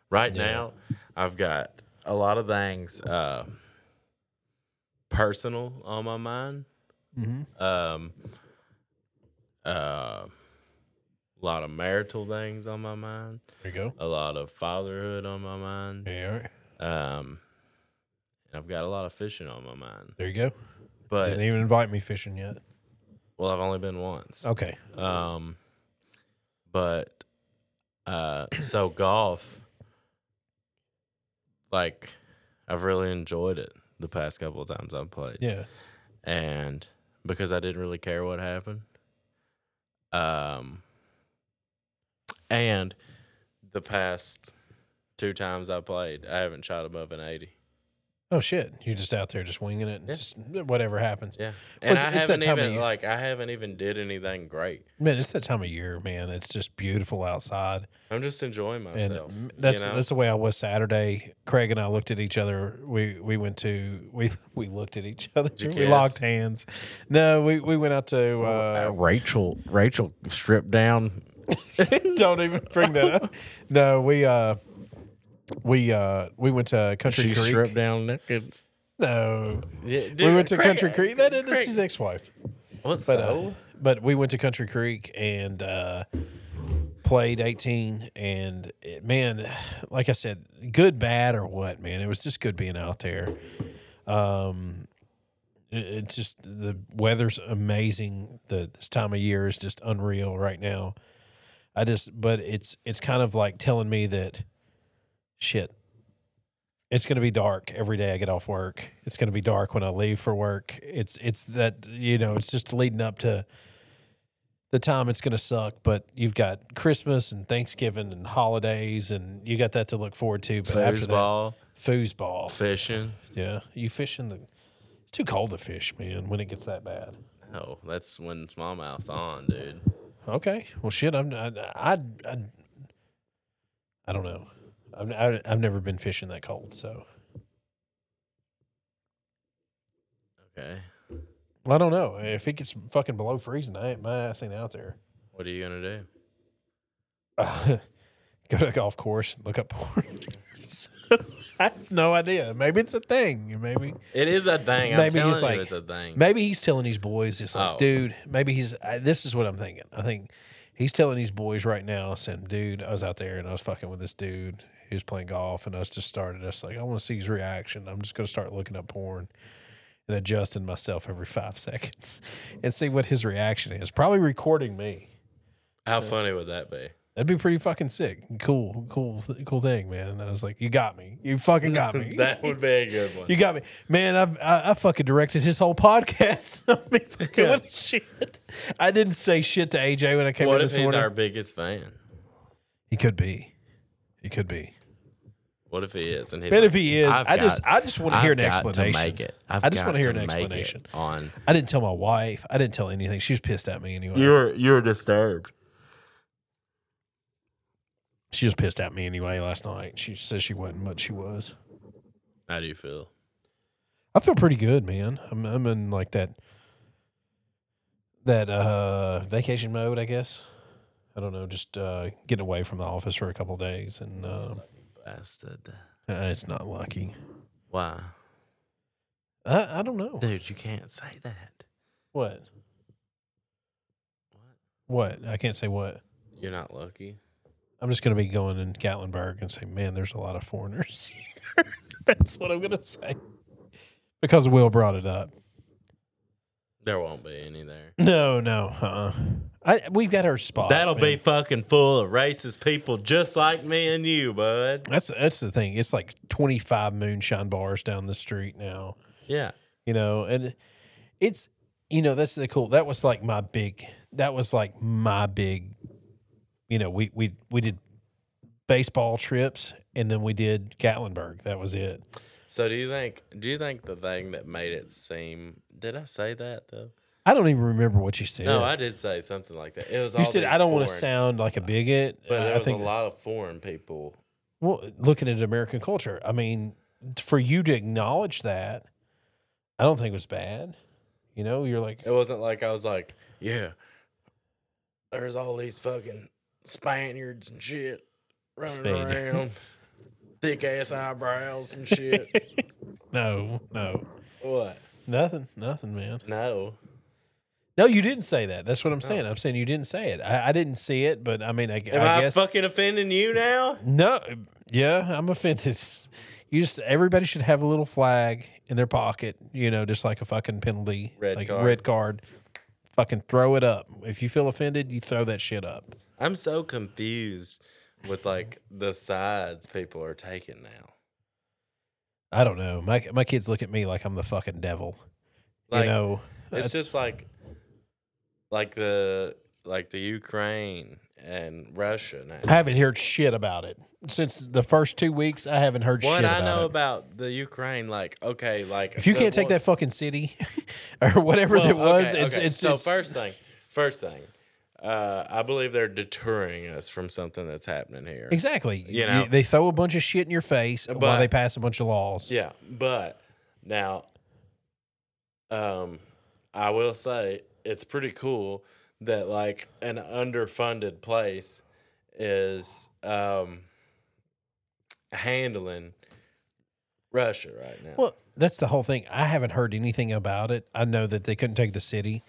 Right now, I've got a lot of things uh, personal on my mind. Um, uh, a lot of marital things on my mind.
There you go.
A lot of fatherhood on my mind.
There,
Um, and I've got a lot of fishing on my mind.
there you go.
But
Didn't even invite me fishing yet.
well, I've only been once.
Okay.
Um, but uh, so golf, like I've really enjoyed it the past couple of times I've played,
Yeah.
and because I didn't really care what happened, um, and the past two times I played, I haven't shot above an eighty.
Oh shit! You're just out there, just winging it, and just whatever happens.
Yeah,
Well,
and
it's-
I
it's that
haven't
time of
even
year.
like I haven't even did anything great.
Man, it's that time of year, man. It's just beautiful outside,
I'm just enjoying
and
myself.
m-
you
that's
know?
that's the way I was Saturday. Craig and I looked at each other. We we went to [LAUGHS] we we looked at each other.
you
We
kiss? Oh,
locked hands. No, we we went out to. Uh,
Rachel Rachel stripped down.
don't even bring that up. [LAUGHS] No, we uh, we uh, we went to Country
She
Creek.
stripped down naked.
No.
dude,
we went to
Craig-
Country Creek. That is
Craig-
his ex wife.
What's
But, uh,
so?
but we went to Country Creek and uh, played 18. And it, man, like I said, good, bad, or what, man. It was just good being out there. Um, it- it's just the weather's amazing. The this time of year is just unreal right now. I just, but it's it's kind of like telling me that shit. It's going to be dark every day I get off work. It's going to be dark when I leave for work. It's it's that you know, it's just leading up to the time it's going to suck, but you've got Christmas and Thanksgiving and holidays and you got that to look forward to, but after that,
Foosball,
foosball.
fishing.
Yeah, you fish in the. It's too cold to fish, man. When it gets that bad.
Oh, that's when smallmouth's on, dude.
Okay. Well, shit. I'm. I. I. I, I don't know. I've, I, I've never been fishing that cold. So
Okay,
well, I don't know if it gets fucking below freezing. I ain't my ass ain't out there. [LAUGHS]
what are you gonna do?
go to a golf course. and Look up [LAUGHS] porn. [LAUGHS] I have no idea. Maybe it's a thing. Maybe.
It is a thing. I'm
Maybe he's
telling you,
like-
it's a thing.
Maybe he's telling these boys, it's like,
Oh.
dude, maybe he's, I, this is what I'm thinking. I think he's telling these boys right now, saying, dude, I was out there and I was fucking with this dude. He was playing golf and I was just started. I was like, I want to see his reaction. I'm just going to start looking up porn and adjusting myself every five [LAUGHS] seconds and see what his reaction is. Probably recording me.
How funny would that be?
That'd be pretty fucking sick. Cool, cool, cool thing, man. And I was like, you got me. You fucking got me.
[LAUGHS] [LAUGHS]
[LAUGHS]
That would be a good one.
You got me, man. I've, I I fucking directed his whole [LAUGHS] podcast. I mean, fucking
Yeah.
what shit. I didn't say shit to AJ when I came
what
in
if
this
he's
morning.
our biggest fan?
he could be. He could be.
What if he is? And he's
And
like,
if he is,
"I've
I just
got-
I just want to hear
I've
an
got
explanation.
To make it. I've
I just
got
want to hear an
make it
explanation.
on.
I didn't tell my wife. I didn't tell anything. She was pissed at me anyway.
You're you're disturbed.
She was pissed at me anyway last night. She says she wasn't, but she was.
How do you feel?
I feel pretty good, man. I'm I'm in like that that uh vacation mode, I guess. I don't know, just uh getting away from the office for a couple of days and um
Bastard.
uh, it's not lucky.
Why?
I I don't know.
Dude, you can't say that.
What? What? I can't say what.
You're not lucky.
I'm just gonna be going in Gatlinburg and say, man, there's a lot of foreigners [LAUGHS] here. That's what I'm gonna say. Because Will brought it up.
There won't be any there.
No, no, uh-uh. I we've got our spots.
That'll
man.
be fucking full of racist people just like me and you, bud.
That's that's the thing. It's like 25 moonshine bars down the street now,
Yeah.
you know, and it's you know, that's the cool. That was like my big that was like my big you know, we we we did baseball trips and then we did Gatlinburg. That was it.
So do you think do you think the thing that made it seem did I say that though?
I don't even remember what you said.
No, I did say something like that. It was
you
all
said
these
I don't want to
foreign-
sound like a bigot,
but
I-
there
I
was
think
a lot of foreign people.
well, looking at American culture, I mean, for you to acknowledge that, I don't think it was bad. You know, you're like,
It wasn't like I was like, Yeah. There's all these fucking Spaniards and shit running
Spaniards.
around. Thick ass eyebrows and
[LAUGHS]
shit.
No, no.
what?
Nothing, nothing, man.
No.
No, you didn't say that. That's what I'm saying. I'm saying you didn't say it. I, I didn't see it, but I mean, I, I
Oh. Am I,
guess.
fucking offending you now?
no, yeah, I'm offended. [LAUGHS] You just everybody should have a little flag in their pocket, you know, just like a fucking penalty,
Red
like a
card.
red card. Fucking throw it up. If you feel offended, you throw that shit up.
I'm so confused with like the sides people are taking now.
I don't know. My my kids look at me like I'm the fucking devil.
Like
you know,
it's
that's-
just like like the like the Ukraine and Russia now.
I haven't heard shit about it since the first two weeks. I haven't heard
What
shit
I
about
know
it.
about the Ukraine, like okay, like
If you
the
can't take
one-
that fucking city [LAUGHS] or whatever
Uh, Well,
it was,
okay,
it's,
okay.
it's
so
it's-
first thing, first thing, uh, I believe they're deterring us from something that's happening here.
exactly.
you
You
know.
they throw a bunch of shit in your face while
But-
they pass a bunch of laws.
Yeah, but now, um, I will say it's pretty cool that like an underfunded place is um handling Russia right now,
Well, that's the whole thing. I haven't heard anything about it. I know that they couldn't take the city,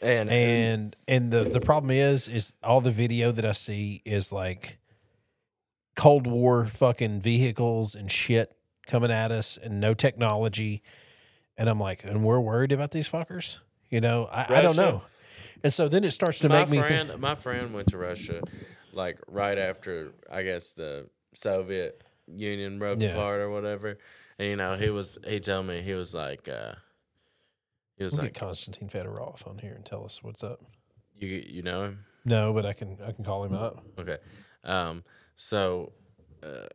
and,
and and the the problem is is all the video that I see is like Cold War fucking vehicles and shit coming at us, and no technology. And I'm like, and we're worried about these fuckers. You know, I, I don't
Russia?
know. And so then it starts to
my
make me think.
friend, my friend went to Russia, like right after I guess the Soviet Union broke
Yeah.
apart or whatever, and you know he was he told me he was like uh he was
We'll
like
get Konstantin Fedorov on here and tell us what's up.
you you know him.
No, but I can I can call him up.
Okay. Um, so uh,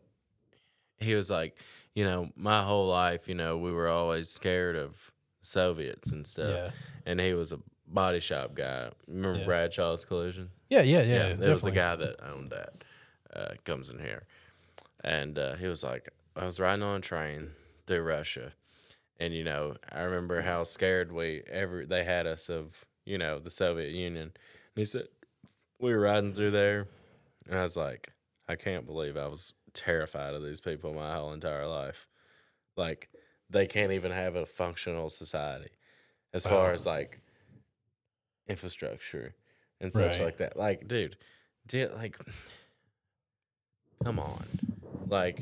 he was like, you know, my whole life, you know, we were always scared of Soviets and stuff.
Yeah.
And he was a body shop guy. Remember
Yeah.
Bradshaw's Collision?
Yeah, yeah, yeah.
it was the
definitely.
guy that owned that. Uh, comes in here, and uh, he was like, I was riding on a train through Russia, and you know, I remember how scared we ever they had us of you know the Soviet Union. And he said we were riding through there, and I was like, I can't believe I was terrified of these people my whole entire life. Like they can't even have a functional society as far
Wow.
as like infrastructure and such
Right.
like that. Like, dude, dude, like, [SIGHS] come on, like,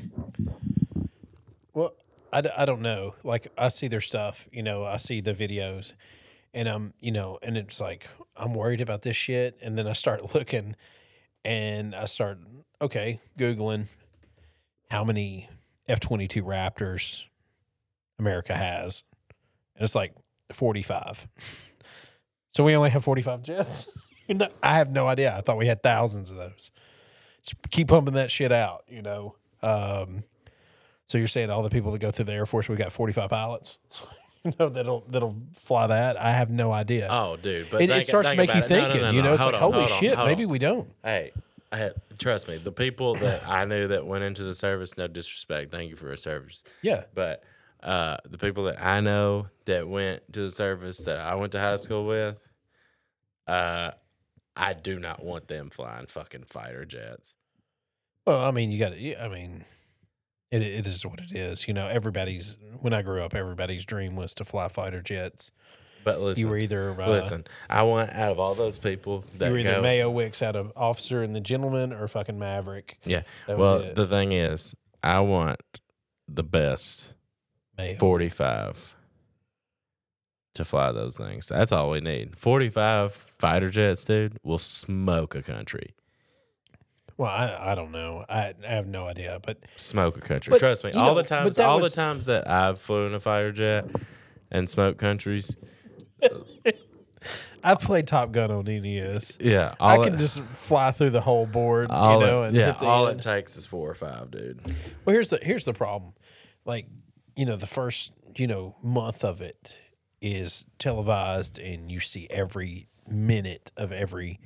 Well, I, d- I don't know. Like I see their stuff, you know, I see the videos, and I'm you know, and it's like I'm worried about this shit, and then I start [LAUGHS] looking, and I start okay googling how many F twenty two Raptors America has, and it's like forty five. [LAUGHS] So we only have forty five jets. [LAUGHS] You know, I have no idea. I thought we had thousands of those. Just keep pumping that shit out, you know. Um, so you're saying all the people that go through the Air Force, we got 45 pilots, [LAUGHS] you know, that'll that'll fly that. I have no idea.
oh, dude, but
it, it
think-
starts to
think
make you
about it. No, no,
thinking,
no,
you
no.
know, it's
Hold
like
on,
holy
hold on,
shit,
hold
maybe
on.
we don't.
Hey, I had, trust me, the people that I knew that went into the service, no disrespect, thank you for your service.
Yeah.
But uh, the people that I know that went to the service that I went to high school with, uh, I do not want them flying fucking fighter jets.
Well, I mean, you got to. I mean, it, it is what it is. You know, everybody's. When I grew up, everybody's dream was to fly fighter jets.
But listen,
you were either uh,
listen, I want out of all those people that
you were either
go,
Mayo Wicks out of Officer and the Gentleman or fucking Maverick.
yeah.
That was
Well,
it.
the thing is, I want the best
Mayo.
45 to fly those things. That's all we need. 45 fighter jets, dude, will smoke a country.
Well, I, I don't know. I, I have no idea, but
Smoke a country.
But,
Trust me.
you
All
know,
the
but
times
that
all
was-
the times that I've flown a fighter jet and smoked countries.
I've played Top Gun on NES.
Yeah.
I
All
can
it,
just fly through the whole board,
all
you know.
it,
and
yeah,
hit the
all
end.
it takes is four or five, dude.
Well, here's the here's the problem. Like, you know, the first you know month of it is televised, and you see every minute of every.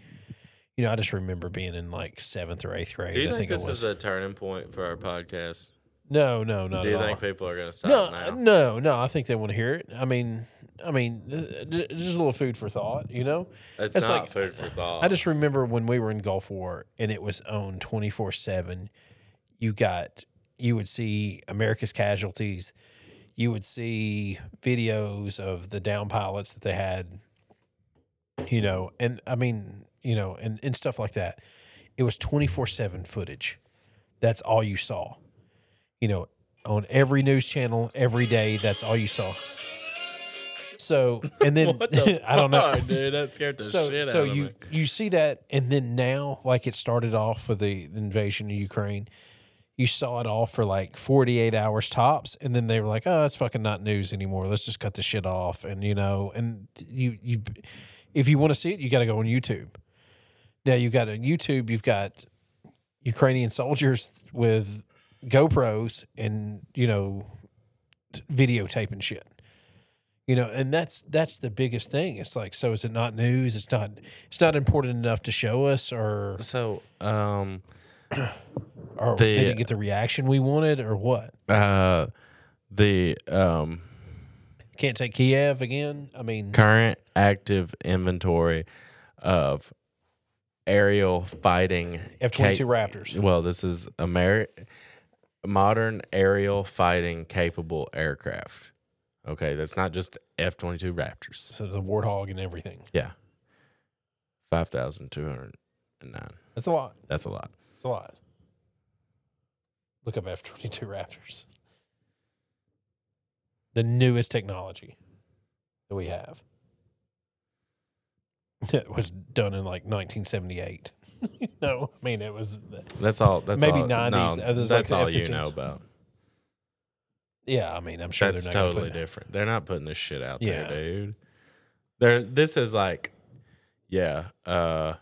You know, I just remember being in like seventh or eighth grade.
Do you
I
think,
think,
this
it was.
is a turning point for our podcast?
no, no, not
Do you
at
think
all.
people are going to stop
No,
now?
no, no. I think they want to hear it. I mean, I mean, th- th- just a little food for thought. You know,
it's,
it's
not
like-
food for thought.
I just remember when we were in Gulf War and it was on 24 7. You got, you would see America's casualties. You would see videos of the down pilots that they had, you know, and I mean, you know, and, and stuff like that. It was 24 7 footage. That's all you saw. You know, on every news channel, every day, that's all you saw. So, and then
[LAUGHS] What the
[LAUGHS] I don't know
fuck, dude. That scared the
so
shit
so
out of
you
me.
you see that and then now like it started off with the, the invasion of ukraine you saw it all for like 48 hours tops and then they were like oh it's fucking not news anymore let's just cut the shit off and you know and you you if you want to see it you got to go on youtube now you've got on youtube you've got ukrainian soldiers with gopros and you know videotaping shit you know and that's that's the biggest thing it's like so is it not news it's not it's not important enough to show us or
So, um,
or
The-
they didn't get the reaction we wanted or what
uh, the um,
can't take kiev again i mean
current active inventory of aerial fighting
f-22
cap-
raptors
Well, this is Ameri- modern aerial fighting capable aircraft. Okay, that's not just F twenty two Raptors.
so the warthog and everything
Yeah, five thousand two hundred and nine.
that's a lot
That's a lot.
it's a lot look up f-22 raptors the newest technology that we have [LAUGHS] it was done in like 1978 [LAUGHS] no i mean it was
That's all. That's
Maybe
all-
90s,
no,
others
that's
like
all you
F-15s.
know about.
Yeah, I mean, I'm sure
That's
they're not
totally
totally different.
different. They're not putting this shit out
Yeah.
there, dude. They're this is like, yeah, uh,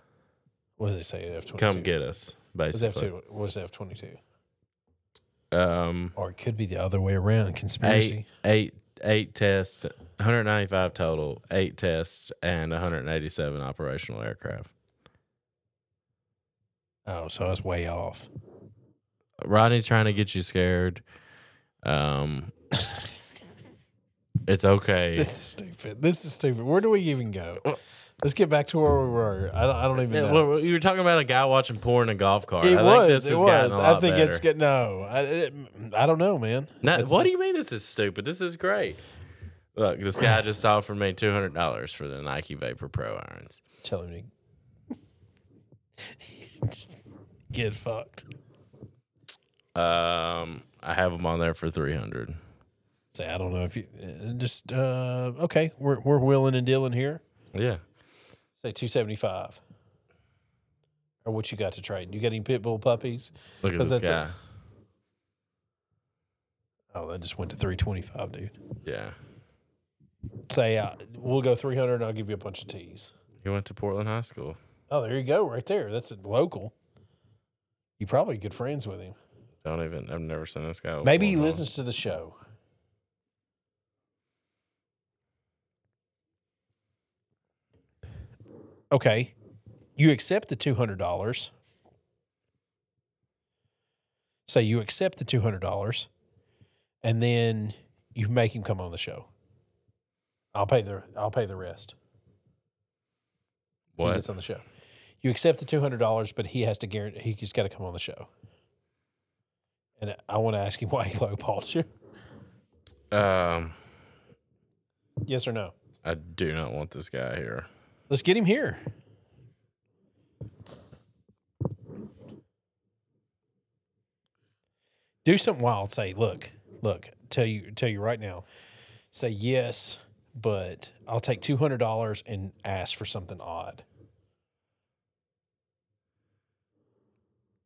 What did they say? F twenty.
come get us,
Was F
basically.
two? Was F twenty two?
Um,
Or it could be the other way around.
eight,
Conspiracy.
eight, eight tests, 195 total, eight tests, and 187 operational aircraft.
Oh, so I was way off.
Rodney's trying to get you scared.
[LAUGHS]
Um, it's okay.
This is stupid. This is stupid. Where do we even go? Let's get back to where we were. I don't. I don't even
Yeah,
know.
well, you were talking about a guy watching porn in a golf cart.
it
I
was.
think this
it
has gotten
was.
a
I
lot
think
better.
it's good. No, I, it, I don't know, man.
No,
It's-
what do you mean this is stupid? This is great. Look, this guy just offered me two hundred dollars for the Nike Vapor Pro irons.
tell him to Just [LAUGHS] get fucked?
Um, I have them on there for three hundred.
Say, I don't know if you uh, just uh, okay. We're we're willing and dealing here.
Yeah,
Say two seventy five. Or what you got to trade? You got any pit bull puppies?
look at
'Cause
this guy.
that's Oh, that just went to three twenty five, dude.
Yeah,
Say uh, we'll go three hundred, and I'll give you a bunch of teas.
he went to Portland High School.
Oh, there you go, right there. That's a local. You probably good friends with him.
Don't even. I've never seen this guy. with
Maybe he
one on.
listens to the show. Okay, you accept the two hundred dollars. say you accept the two hundred dollars, and then you make him come on the show. I'll pay the I'll pay the rest. when he
What?
gets on the show? You accept the two hundred dollars, but he has to guarantee he just got to come on the show. And I- I want to ask him why he low you.
Um,
Yes or no?
I do not want this guy here.
Let's get him here. Do something wild. Say, look, look. Tell you, tell you right now. Say yes, but I'll take two hundred dollars and ask for something odd.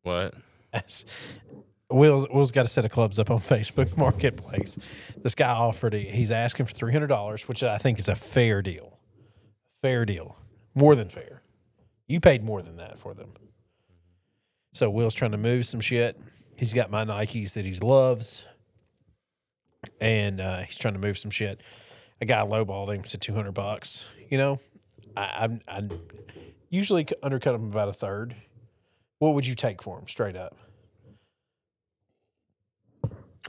What?
That's- Will's Will's got a set of clubs up on [LAUGHS] Facebook Marketplace. This guy offered he- he's asking for three hundred dollars, which I think is a fair deal. Fair deal, more than fair. You paid more than that for them. So Will's trying to move some shit. He's got my Nikes that he loves, and uh, he's trying to move some shit. A guy lowballed him to two hundred bucks. You know, I, I I usually undercut him about a third. What would you take for him, straight up?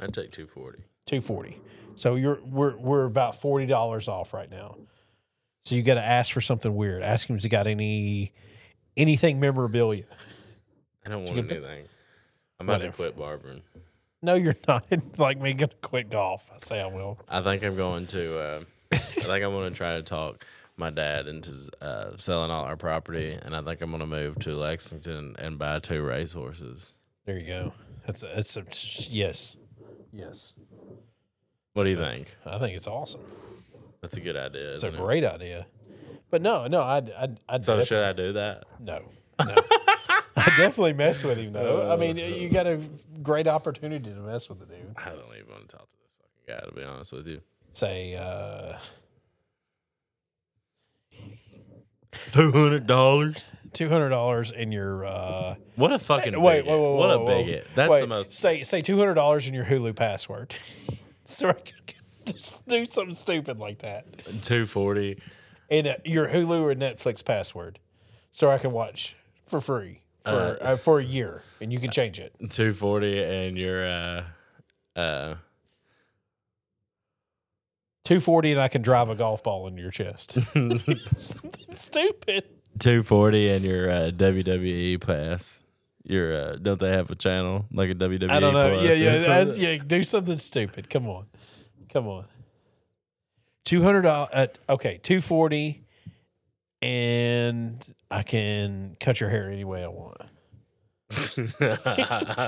I take two forty.
two forty. So you're we're we're about forty dollars off right now. So you got to ask for something weird. Ask him if he got any anything memorabilia. [LAUGHS]
I don't want anything. I'm about to quit barbering.
No, you're not [LAUGHS] like me. Gonna quit golf. I say I will.
I think I'm going to. Uh, I think I'm going to try to talk my dad into uh, selling all our property, and I think I'm going to move to Lexington and buy two racehorses.
There you go. That's a, that's a yes, yes.
What do you think?
I think it's awesome.
That's a good idea.
It's a
Isn't it?
great idea. But no, no, I I I
So should I do that?
no. no. [LAUGHS] I definitely mess with him though. I mean, you got a great opportunity to mess with the dude.
I don't even want to talk to this fucking guy. To be honest with you,
Say, uh,
two hundred dollars.
two hundred dollars in your uh,
What a fucking
wait,
bigot.
wait, wait,
what
wait,
a
wait.
bigot. That's
Wait,
the most.
Say say two hundred dollars in your Hulu password. [LAUGHS] so I could just do something stupid like that.
Two forty.
And uh, your Hulu or Netflix password, so I can watch for free for uh, for a year, and you can change it.
Two forty, and you're. Uh, uh,
Two forty, and I can drive a golf ball into
[LAUGHS]
your chest. [LAUGHS] something stupid.
240 and your uh, WWE pass. Your uh, don't they have a channel like a WWE?
I don't know.
Plus
Yeah,
or
yeah, that's-
something?
yeah. Do something stupid. Come on, come on. Two hundred dollars. Uh, okay, two forty, and I can cut your hair any way I want.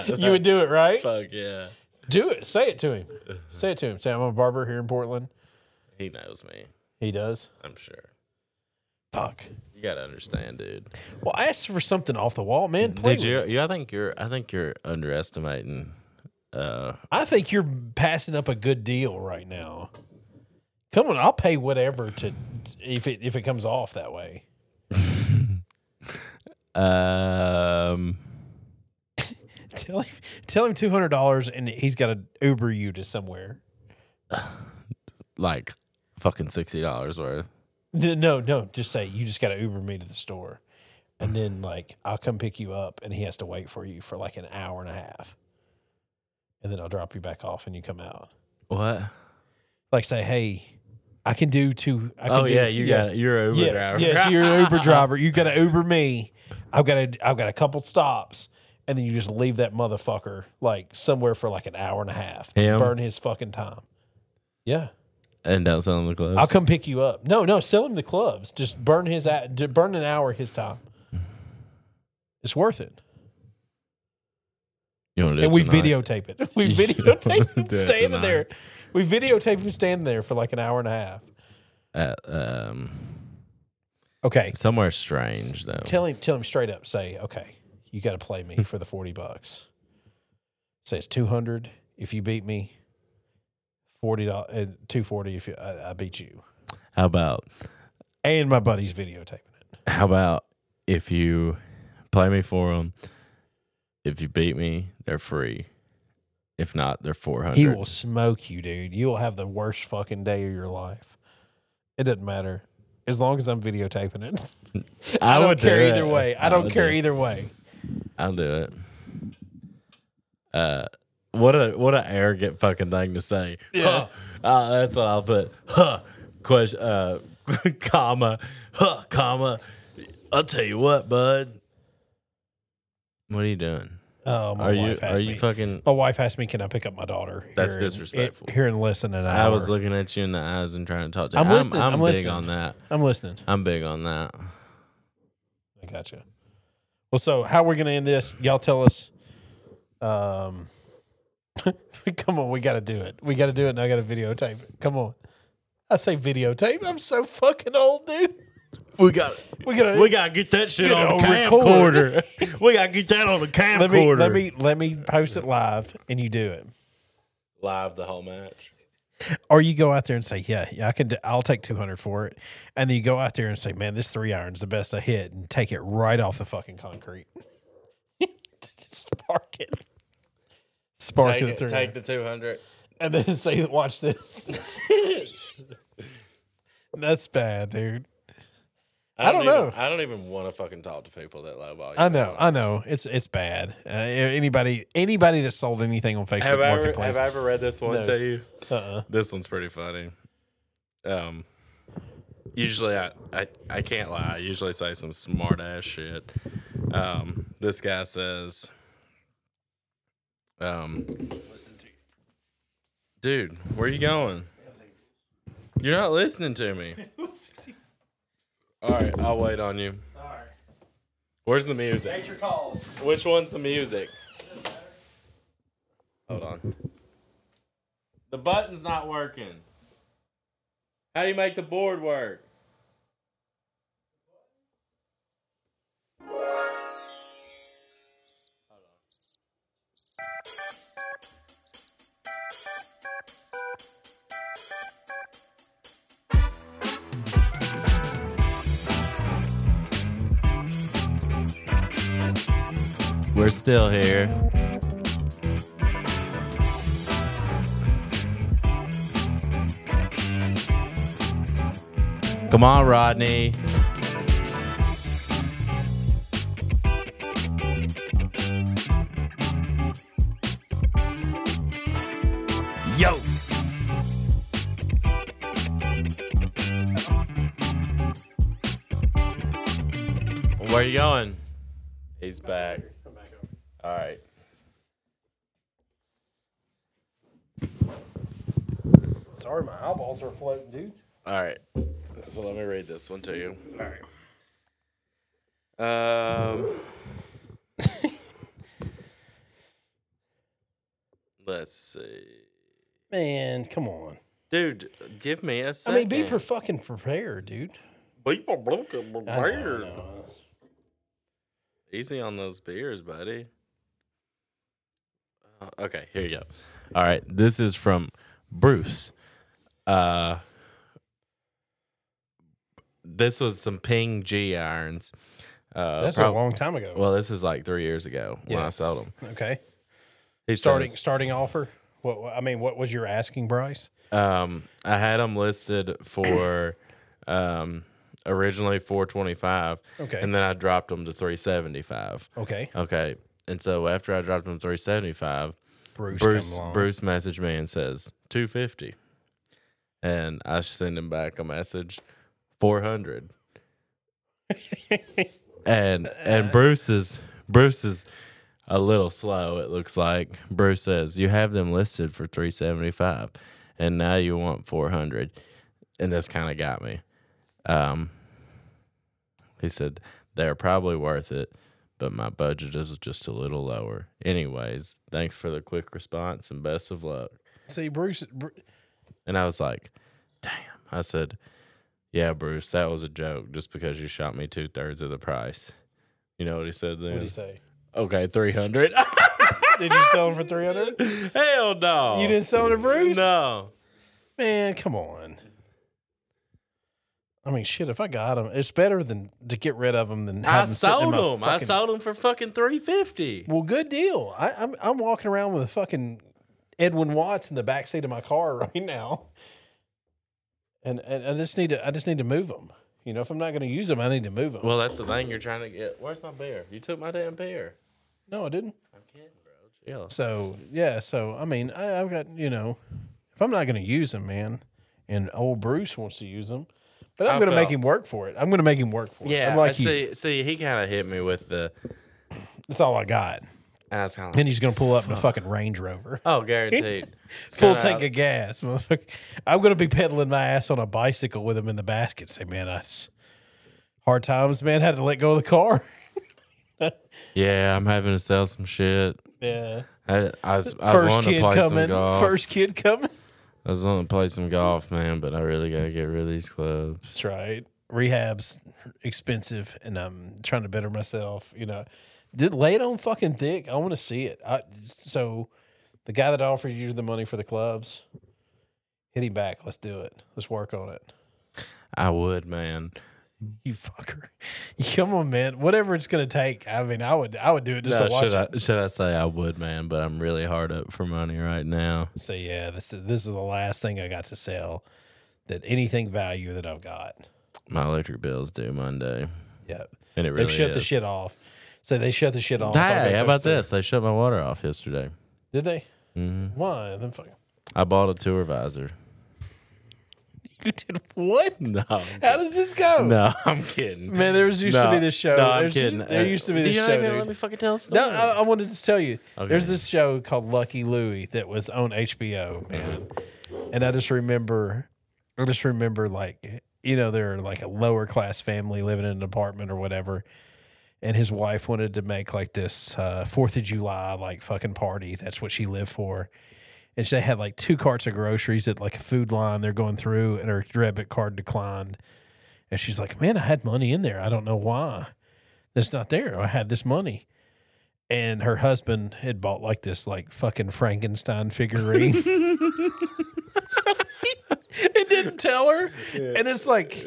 [LAUGHS]
You would do it, right?
Fuck yeah,
Do it. Say it to him. Say it to him. Say I'm a barber here in Portland.
he knows me.
He does.
I'm sure.
Fuck.
You gotta understand, dude.
Well, ask for something off the wall, man. Play
Did
with
you?
it.
Yeah, I think you're. I think you're underestimating. Uh,
I think you're passing up a good deal right now. Come on, I'll pay whatever to if it if it comes off that way.
um,
[LAUGHS] Tell him, tell him two hundred dollars, and he's got to Uber you to somewhere.
like fucking sixty dollars worth.
N- No, no, just say you just got to Uber me to the store, and then like I'll come pick you up, and he has to wait for you for like an hour and a half, and then I'll drop you back off, and you come out.
What?
Like say, hey, I can do two. I can
Oh
do,
yeah, you got it. You're an Uber
yes,
driver.
yes, you're an Uber driver. You got to Uber me. I've got a, I've got a couple stops, and then you just leave that motherfucker like somewhere for like an hour and a half. Just
Him?
burn his fucking time. Yeah.
and don't sell them the clothes.
I'll come pick you up. No, no, sell him the clubs. Just burn his a- d- burn an hour of his time. It's worth it.
You wanna do
And
it
we
tonight?
videotape it. [LAUGHS]
[LAUGHS]
We videotape him
Do it
standing
tonight.
there. We videotape him standing there for like an hour and a half.
at um
Okay.
somewhere strange though.
Tell him tell him straight up, say, okay, you gotta play me for the forty bucks. Say it's two hundred if you beat me. Forty dollars and two forty if you, I, I beat you.
How about
And my buddy's videotaping it.
How about if you play me for them? If you beat me, they're free. If not, they're four hundred.
He will smoke you, dude. You will have the worst fucking day of your life. It doesn't matter. As long as I'm videotaping it. [LAUGHS] I, don't
would do
care
it.
either way. I, don't
would
care
do it.
either way.
I'll do it.
Uh, what a what an arrogant fucking thing to say. [LAUGHS]
Yeah.
Huh. Uh, that's what I'll put. Huh. Question. Uh, [LAUGHS] comma. Huh. Comma. I'll tell you what, bud. What are you doing?
Oh, my
are you
wife
are
asked
you
me.
fucking?
my wife asked me, "Can I pick up my daughter?"
That's
in-
disrespectful.
here in less than an hour.
I was looking at you in the eyes and trying to talk to you.
I'm
I'm,
listening,
I'm
I'm
big
listening.
on that.
I'm listening.
I'm big on that.
I gotcha. Well, so how we're gonna end this? Y'all tell us. Um, [LAUGHS] come on, we got to do it. We got to do it, and I got to videotape it. Come on. I say videotape. I'm so fucking old, dude.
We got
We gotta
we gotta get that shit
Get it
on
on
the camcorder. [LAUGHS] we gotta get that on the camcorder.
let me let me let me post it live, and you do it.
live the whole match.
Or you go out there and say, yeah, yeah, I can. Do, I'll take two hundred for it, and then you go out there and say, man, this three iron's the best I hit, and take it right off the fucking concrete. [LAUGHS] Just spark it, spark
Take,
it,
it,
through,
take the 200.
and
[LAUGHS]
then say, watch this. That's bad, dude. I don't
even-
know.
I don't even want to fucking talk to people that low ball. you
I know, I know. It's it's bad. Uh, anybody anybody that sold anything on Facebook
Have I, ever,
Marketplace,
have I ever read this one
No.
to you?
uh-uh.
This one's pretty funny. Um, usually I, I I can't lie. I usually say some smart ass shit. Um, this guy says, um, dude, where you going? You're not listening to [LAUGHS] me. All right, I'll wait on you. All right. Where's the music? Nature calls. Which one's the music? Hold on. The button's not working. How do you make the board work?
We're still here. Come on, Rodney. Yo.
Where you going? He's back. All right.
Sorry, my eyeballs are floating, dude.
All right. So let me read this one to you. All right. Um. [LAUGHS] let's see,
Man, come on.
dude. Give me a
I
second.
mean, be per fucking prepared, dude.
People broke
I know, I know.
Easy on those beers, buddy. Uh, okay, here you go. All right, this is from Bruce. Uh, this was some Ping G irons. Uh,
That's
prob-
a long time ago.
well, this is like three years ago when
Yeah.
I sold them.
[LAUGHS] okay.
He
Starting
says,
starting offer. What what- I mean, what was your asking price?
um, I had them listed for um, originally four twenty five,
Okay.
and then I dropped them to three seventy five.
Okay.
Okay. And so after I dropped him 375,
Bruce.
Bruce
come along.
Bruce messaged me and says 250. And I send him back a message
[LAUGHS]
400. and and Bruce is Bruce is a little slow it looks like. Bruce says, "You have them listed for 375 and now you want 400." And this kind of got me. Um he said, "They're probably worth it." but my budget is just a little lower. Anyways, thanks for the quick response and best of luck.
See, Bruce. Bru-
And I was like, damn. I said, yeah, Bruce, that was a joke just because you shot me two thirds of the price. You know what he said then?
What did he say?
Okay, 300.
Did you sell him for three hundred?
[LAUGHS] Hell no.
You didn't sell him to Bruce?
Oh, No.
Man, come on. I mean, shit. If I got him, it's better than to get rid of him than
I
have 'em sitting in
sold
my
him. I
fucking-
sold him for fucking 350.
Well, good deal. I, I'm I'm walking around with a fucking Edwin Watts in the back seat of my car [LAUGHS] right now, and and I just need to I just need to move them. You know, if I'm not going to use them, I need to move them.
Well, that's the thing you're trying to get. Where's my beer? You took my damn beer.
no, I didn't.
I'm kidding, bro. Yeah.
So yeah, so I mean, I, I've got you know, if I'm not going to use them, man, and old Bruce wants to use them, but I'm
I
going to make
felt-
him work for it. I'm going to make him work for it.
Yeah.
I'm like
I
you.
see, see, he kind of hit me with the.
That's all I got.
And I was kind of
Then he's going to pull up in a fucking Range Rover,
oh, guaranteed.
[LAUGHS]
It's
full
kinda-
tank of gas, [LAUGHS] motherfucker. I'm going to be pedaling my ass on a bicycle with him in the basket. Say, man, I s- hard times, man. Had to let go of the car.
Yeah, I'm having to sell some shit.
[LAUGHS] Yeah.
I, I was, I was
First
wanting to
kid
play
coming.
some golf.
First kid coming.
I was wanting to play some golf, man, but I really gotta get rid of these clubs.
That's right. Rehab's expensive, and I'm trying to better myself. You know, did lay it on fucking thick. I want to see it. I, so, the guy that offered you the money for the clubs, hit him back. Let's do it. Let's work on it.
I would, man.
You fucker. [LAUGHS] Come on, man. Whatever it's gonna take. I mean, I would. I would do it just
No,
to watch.
should
it.
I should I say I would, man? But I'm really hard up for money right now.
So yeah, this is this is the last thing I got to sell. That anything value that I've got.
My electric bill's due Monday,
Yep.
and it
They've
really
shut the
is.
shit off. So they shut the shit off.
Hey, how about this?
this?
They shut my water off yesterday.
Did they?
Mhm.
Why? Then fuck.
I bought a tour visor.
You did what?
No, I'm
How does this go?
kidding. no, I'm kidding.
Man, there was used
No,
to be this show.
No, I'm
There's-
kidding.
There
Uh,
used to be
do
this
you not
show.
even
dude.
let me fucking tell a story?
No, I, I wanted to tell you. There's
Okay.
this show called Lucky Louie that was on HBO, man. And I just remember, I just remember like, you know, they're like a lower class family living in an apartment or whatever. And his wife wanted to make like this uh, Fourth of July like fucking party. That's what she lived for. And she had like two carts of groceries at like a food line. They're going through, and her debit card declined. And she's like, "Man, I had money in there. I don't know why. That's not there. I had this money." and her husband had bought like this like fucking Frankenstein
[LAUGHS]
figurine. it didn't tell her. And it's like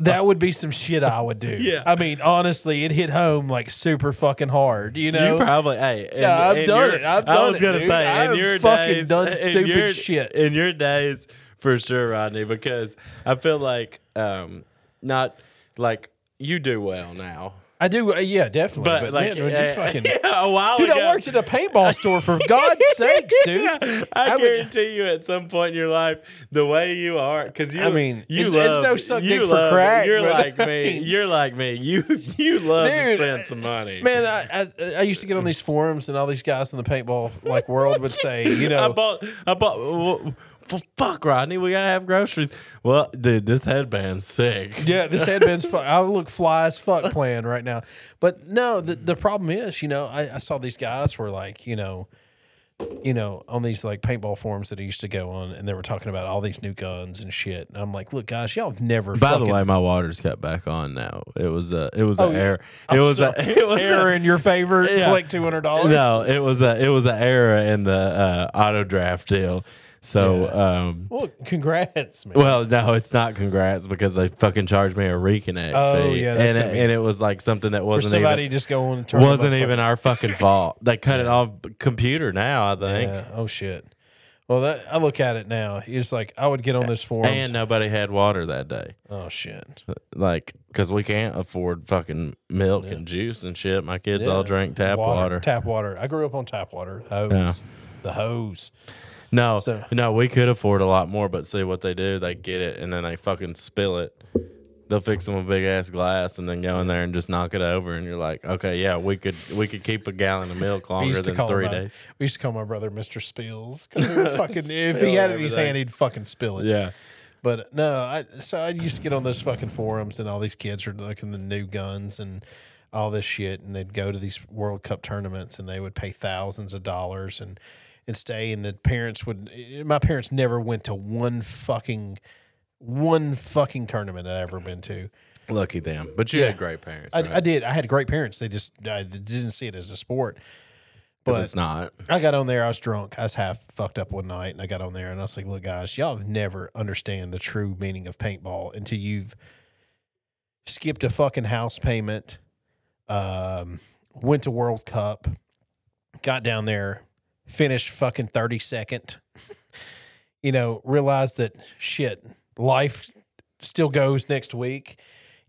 that would be some shit I would do.
Yeah.
I mean, honestly, it hit home like super fucking hard, you know?
You probably, hey, in-
Yeah, I've
in
done
your-
it. I've
I
done
was
it,
gonna
dude.
say,
I have
in your
fucking
days, [LAUGHS]
done
in
stupid
your-
shit.
in your days for sure, Rodney. Because I feel like, um, not like you do well now,
I do uh, yeah, definitely.
but,
But,
like
man, when
uh, [LAUGHS] oh
you fucking
yeah, a while
Dude,
ago,
I worked at a paintball
[LAUGHS]
store for God's sakes, dude.
I,
I would-
guarantee you, at some point in your life, the way you are, because you,
I mean,
you
it's- it's
love,
no suck
you
dick for
love-
crack,
You're
but
like
I
me.
mean-
You're like me. You, you love to
Dude,
spend some money,
Man, I, I I used to get on these forums and all these guys in the paintball like world would say, you
[LAUGHS]
know,
I bought, I bought. Well, well, fuck, Rodney, we gotta have groceries. Well, dude, this headband's sick.
Yeah, this headband's fuck. I look fly
[LAUGHS]
as fuck playing right now. But no, the, the problem is, you know, I, I saw these guys were like, you know, you know, on these like paintball forums that I used to go on, and they were talking about all these new guns and shit. And I'm like, look, guys, y'all have never.
By
fucking Oh,
the way, my water's cut back on now. It was a, it was a
yeah.
error. It was a, [LAUGHS] it was
error
a,
in your favor.
Yeah.
Collect two hundred dollars.
no, it was a, it was an error in the uh, auto draft deal. So, um,
Well, congrats, man.
well, no, it's not congrats because they fucking charged me a reconnect
Oh,
fee,
yeah,
and
that's gonna
it,
be-
and it was like something that
For
wasn't
somebody
even
just going and turn the
wasn't
motherfucker-
even our fucking fault. They cut it off computer now, I think.
Yeah. Oh shit. Well, that I look at it now. It's like I would get on this forum.
And nobody had water that day.
oh shit.
Like, because we can't afford fucking milk and juice and shit. My kids all
Yeah.
drink tap water.
Tap water. I grew up on tap water. Hose. The hose.
no,
So-
no, we could afford a lot more, but see what they do. They get it and then they fucking spill it. They'll fix them a big ass glass and then go in there and just knock it over. And you're like, okay, yeah, we could we could keep a gallon of milk
[LAUGHS] We
longer
used, to
than
call
three
my,
days.
we used to call my brother Mr. Spills
[LAUGHS]
because fucking if he
Spill
had it in his
everything.
hand, he'd fucking spill it.
Yeah.
But no, I so I used to get on those fucking forums and all these kids are looking the new guns and all this shit, and they'd go to these World Cup tournaments and they would pay thousands of dollars and and stay, and the parents would. My parents never went to one fucking one fucking tournament I've ever been to.
Lucky them. But you
Yeah.
had great parents.
I,
right?
I did. I had great parents. They just I didn't see it as a sport.
'Cause
But
it's not.
I got on there. I was drunk. I was half fucked up one night, and I got on there, and I was like, "Look, guys, y'all have never understand the true meaning of paintball until you've skipped a fucking house payment, um, went to World Cup, got down there, finished fucking thirty second. you know, realized that shit, life still goes next week.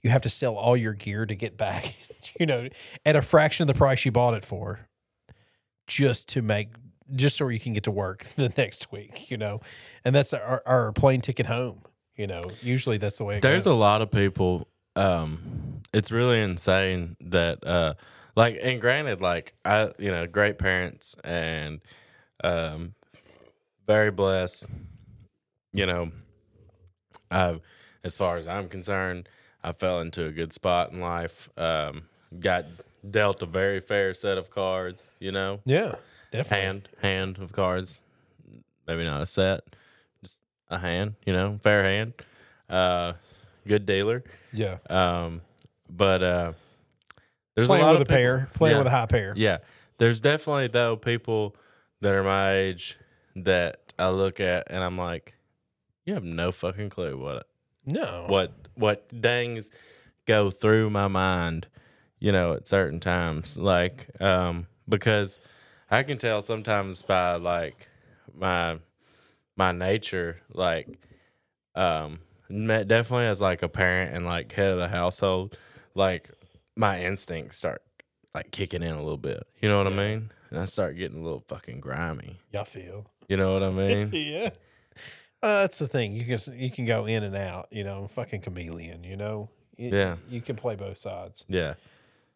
You have to sell [LAUGHS] all your gear to get back. you know, at a fraction of the price you bought it for just to make just so you can get to work [LAUGHS] the next week, you know. And that's our, our plane ticket home. You know, usually that's the way. It
There's a
goes.
lot of people. Um, it's really insane that, uh, like, and granted, like I, you know, great parents and, um, very blessed. You know, I, as far as I'm concerned, I fell into a good spot in life. Um, got dealt a very fair set of cards. You know,
Yeah, definitely.
hand hand of cards maybe not a set just a hand you know fair hand uh good dealer
Yeah,
um but uh there's
playing
a lot
with a
of people-
pair, playing
Yeah.
with a high pair.
yeah there's definitely though people that are my age that i look at and i'm like you have no fucking clue what
No,
what what things go through my mind, you know, at certain times. Like, um, because I can tell sometimes by like my my nature, like um me- definitely as like a parent and like head of the household, like my instincts start like kicking in a little bit. You know what I mean? And I start getting a little fucking grimy.
y'all feel. [LAUGHS]
You know what I mean?
yeah. Uh, that's the thing. You can s- you can go in and out. You know, fucking chameleon. You know. Y-
Yeah.
You can play both sides.
Yeah.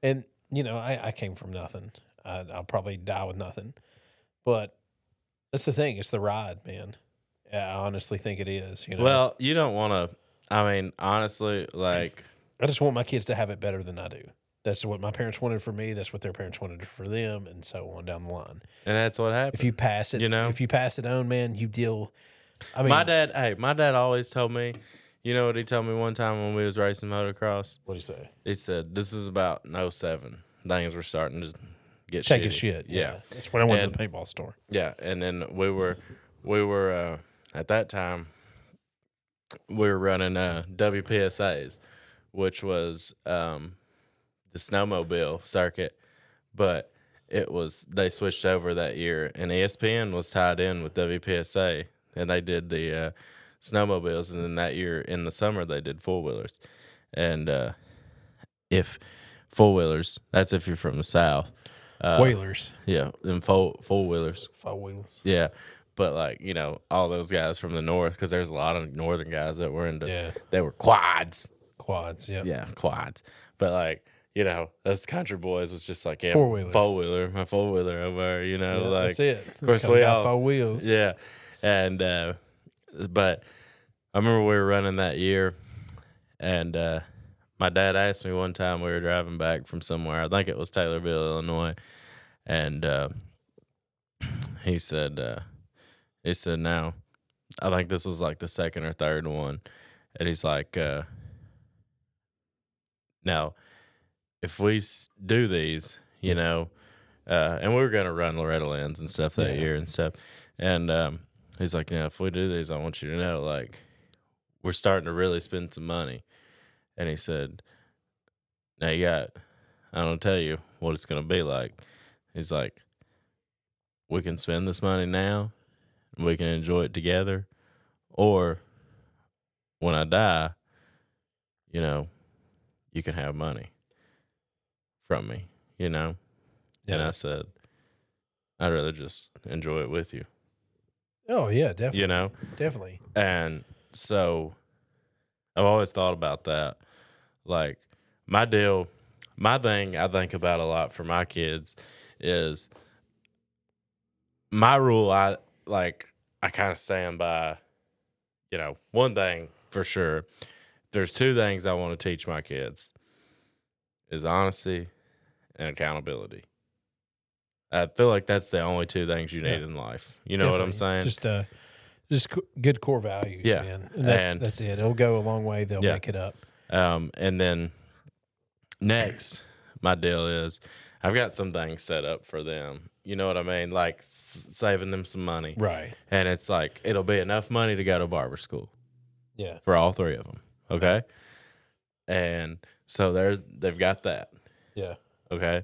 And you know, I, I came from nothing. I, I'll probably die with nothing. But that's the thing. It's the ride, man. Yeah, I honestly think it is. You know,
Well, you don't want to. I mean, honestly, like
I just want my kids to have it better than I do. That's what my parents wanted for me. That's what their parents wanted for them, and so on down the line.
And that's what happened.
If you pass it,
You know?
if you pass it on, man, you deal. I mean,
my dad, hey, my dad always told me, you know what he told me one time when we was racing motocross?
What do you say?
He said, this is about no seven. Things were starting to get
Take a
shitty."
shit.
Yeah.
that's when I went
And-
to the paintball store.
Yeah, and then we were we were uh, at that time we were running uh, WPSA's, which was um, the snowmobile circuit, but it was they switched over that year, and E ESPN was tied in with WPSA, and they did the uh, snowmobiles, and then that year in the summer they did four wheelers, and uh, if four wheelers, that's if you're from the south, uh,
Whalers,
yeah, and four four wheelers.
five wheelers.
Yeah. But like, you know, all those guys from the north, because there's a lot of northern guys that were into
Yeah.
they were quads.
Quads, yeah.
Yeah, quads. But like, you know, us country boys was just like, yeah,
Four-wheelers.
four wheeler, my four wheeler over, you know,
Yeah,
like
that's it. Of
course we all-
four wheels.
yeah. And uh but I remember we were running that year and uh my dad asked me one time we were driving back from somewhere. I think it was Taylorville, Illinois, and uh he said uh he said now I think this was like the second or third one. And he's like uh now if we s- do these, you know, uh, and we were gonna run Loretta Lynn's and stuff that
Yeah.
year and stuff. And um, he's like, you know, if we do these, I want you to know, like, we're starting to really spend some money. And he said, now you got, I don't tell you what it's gonna be like. He's like, we can spend this money now, we can enjoy it together, or when I die, you know, you can have money from me, you know? And I said, I'd rather just enjoy it with you,
Oh yeah, definitely.
you know?
Definitely.
And so I've always thought about that. Like, my deal, my thing I think about a lot for my kids is my rule. I like, I kind of stand by, you know, one thing for sure. There's two things I want to teach my kids is honesty and accountability. I feel like that's the only two things you need
Yeah.
in life. You know what I'm
Definitely.
saying?
Just uh, just co- good core values,
Yeah.
man. And that's
And-
that's it. It'll go a long way. They'll
Yeah.
make it up.
Um, and then next, my deal is I've got some things set up for them. You know what I mean? Like s- saving them some money.
Right.
And it's like, it'll be enough money to go to barber school
Yeah.
for all three of them. Okay. And so they're, they've got that.
Yeah.
Okay.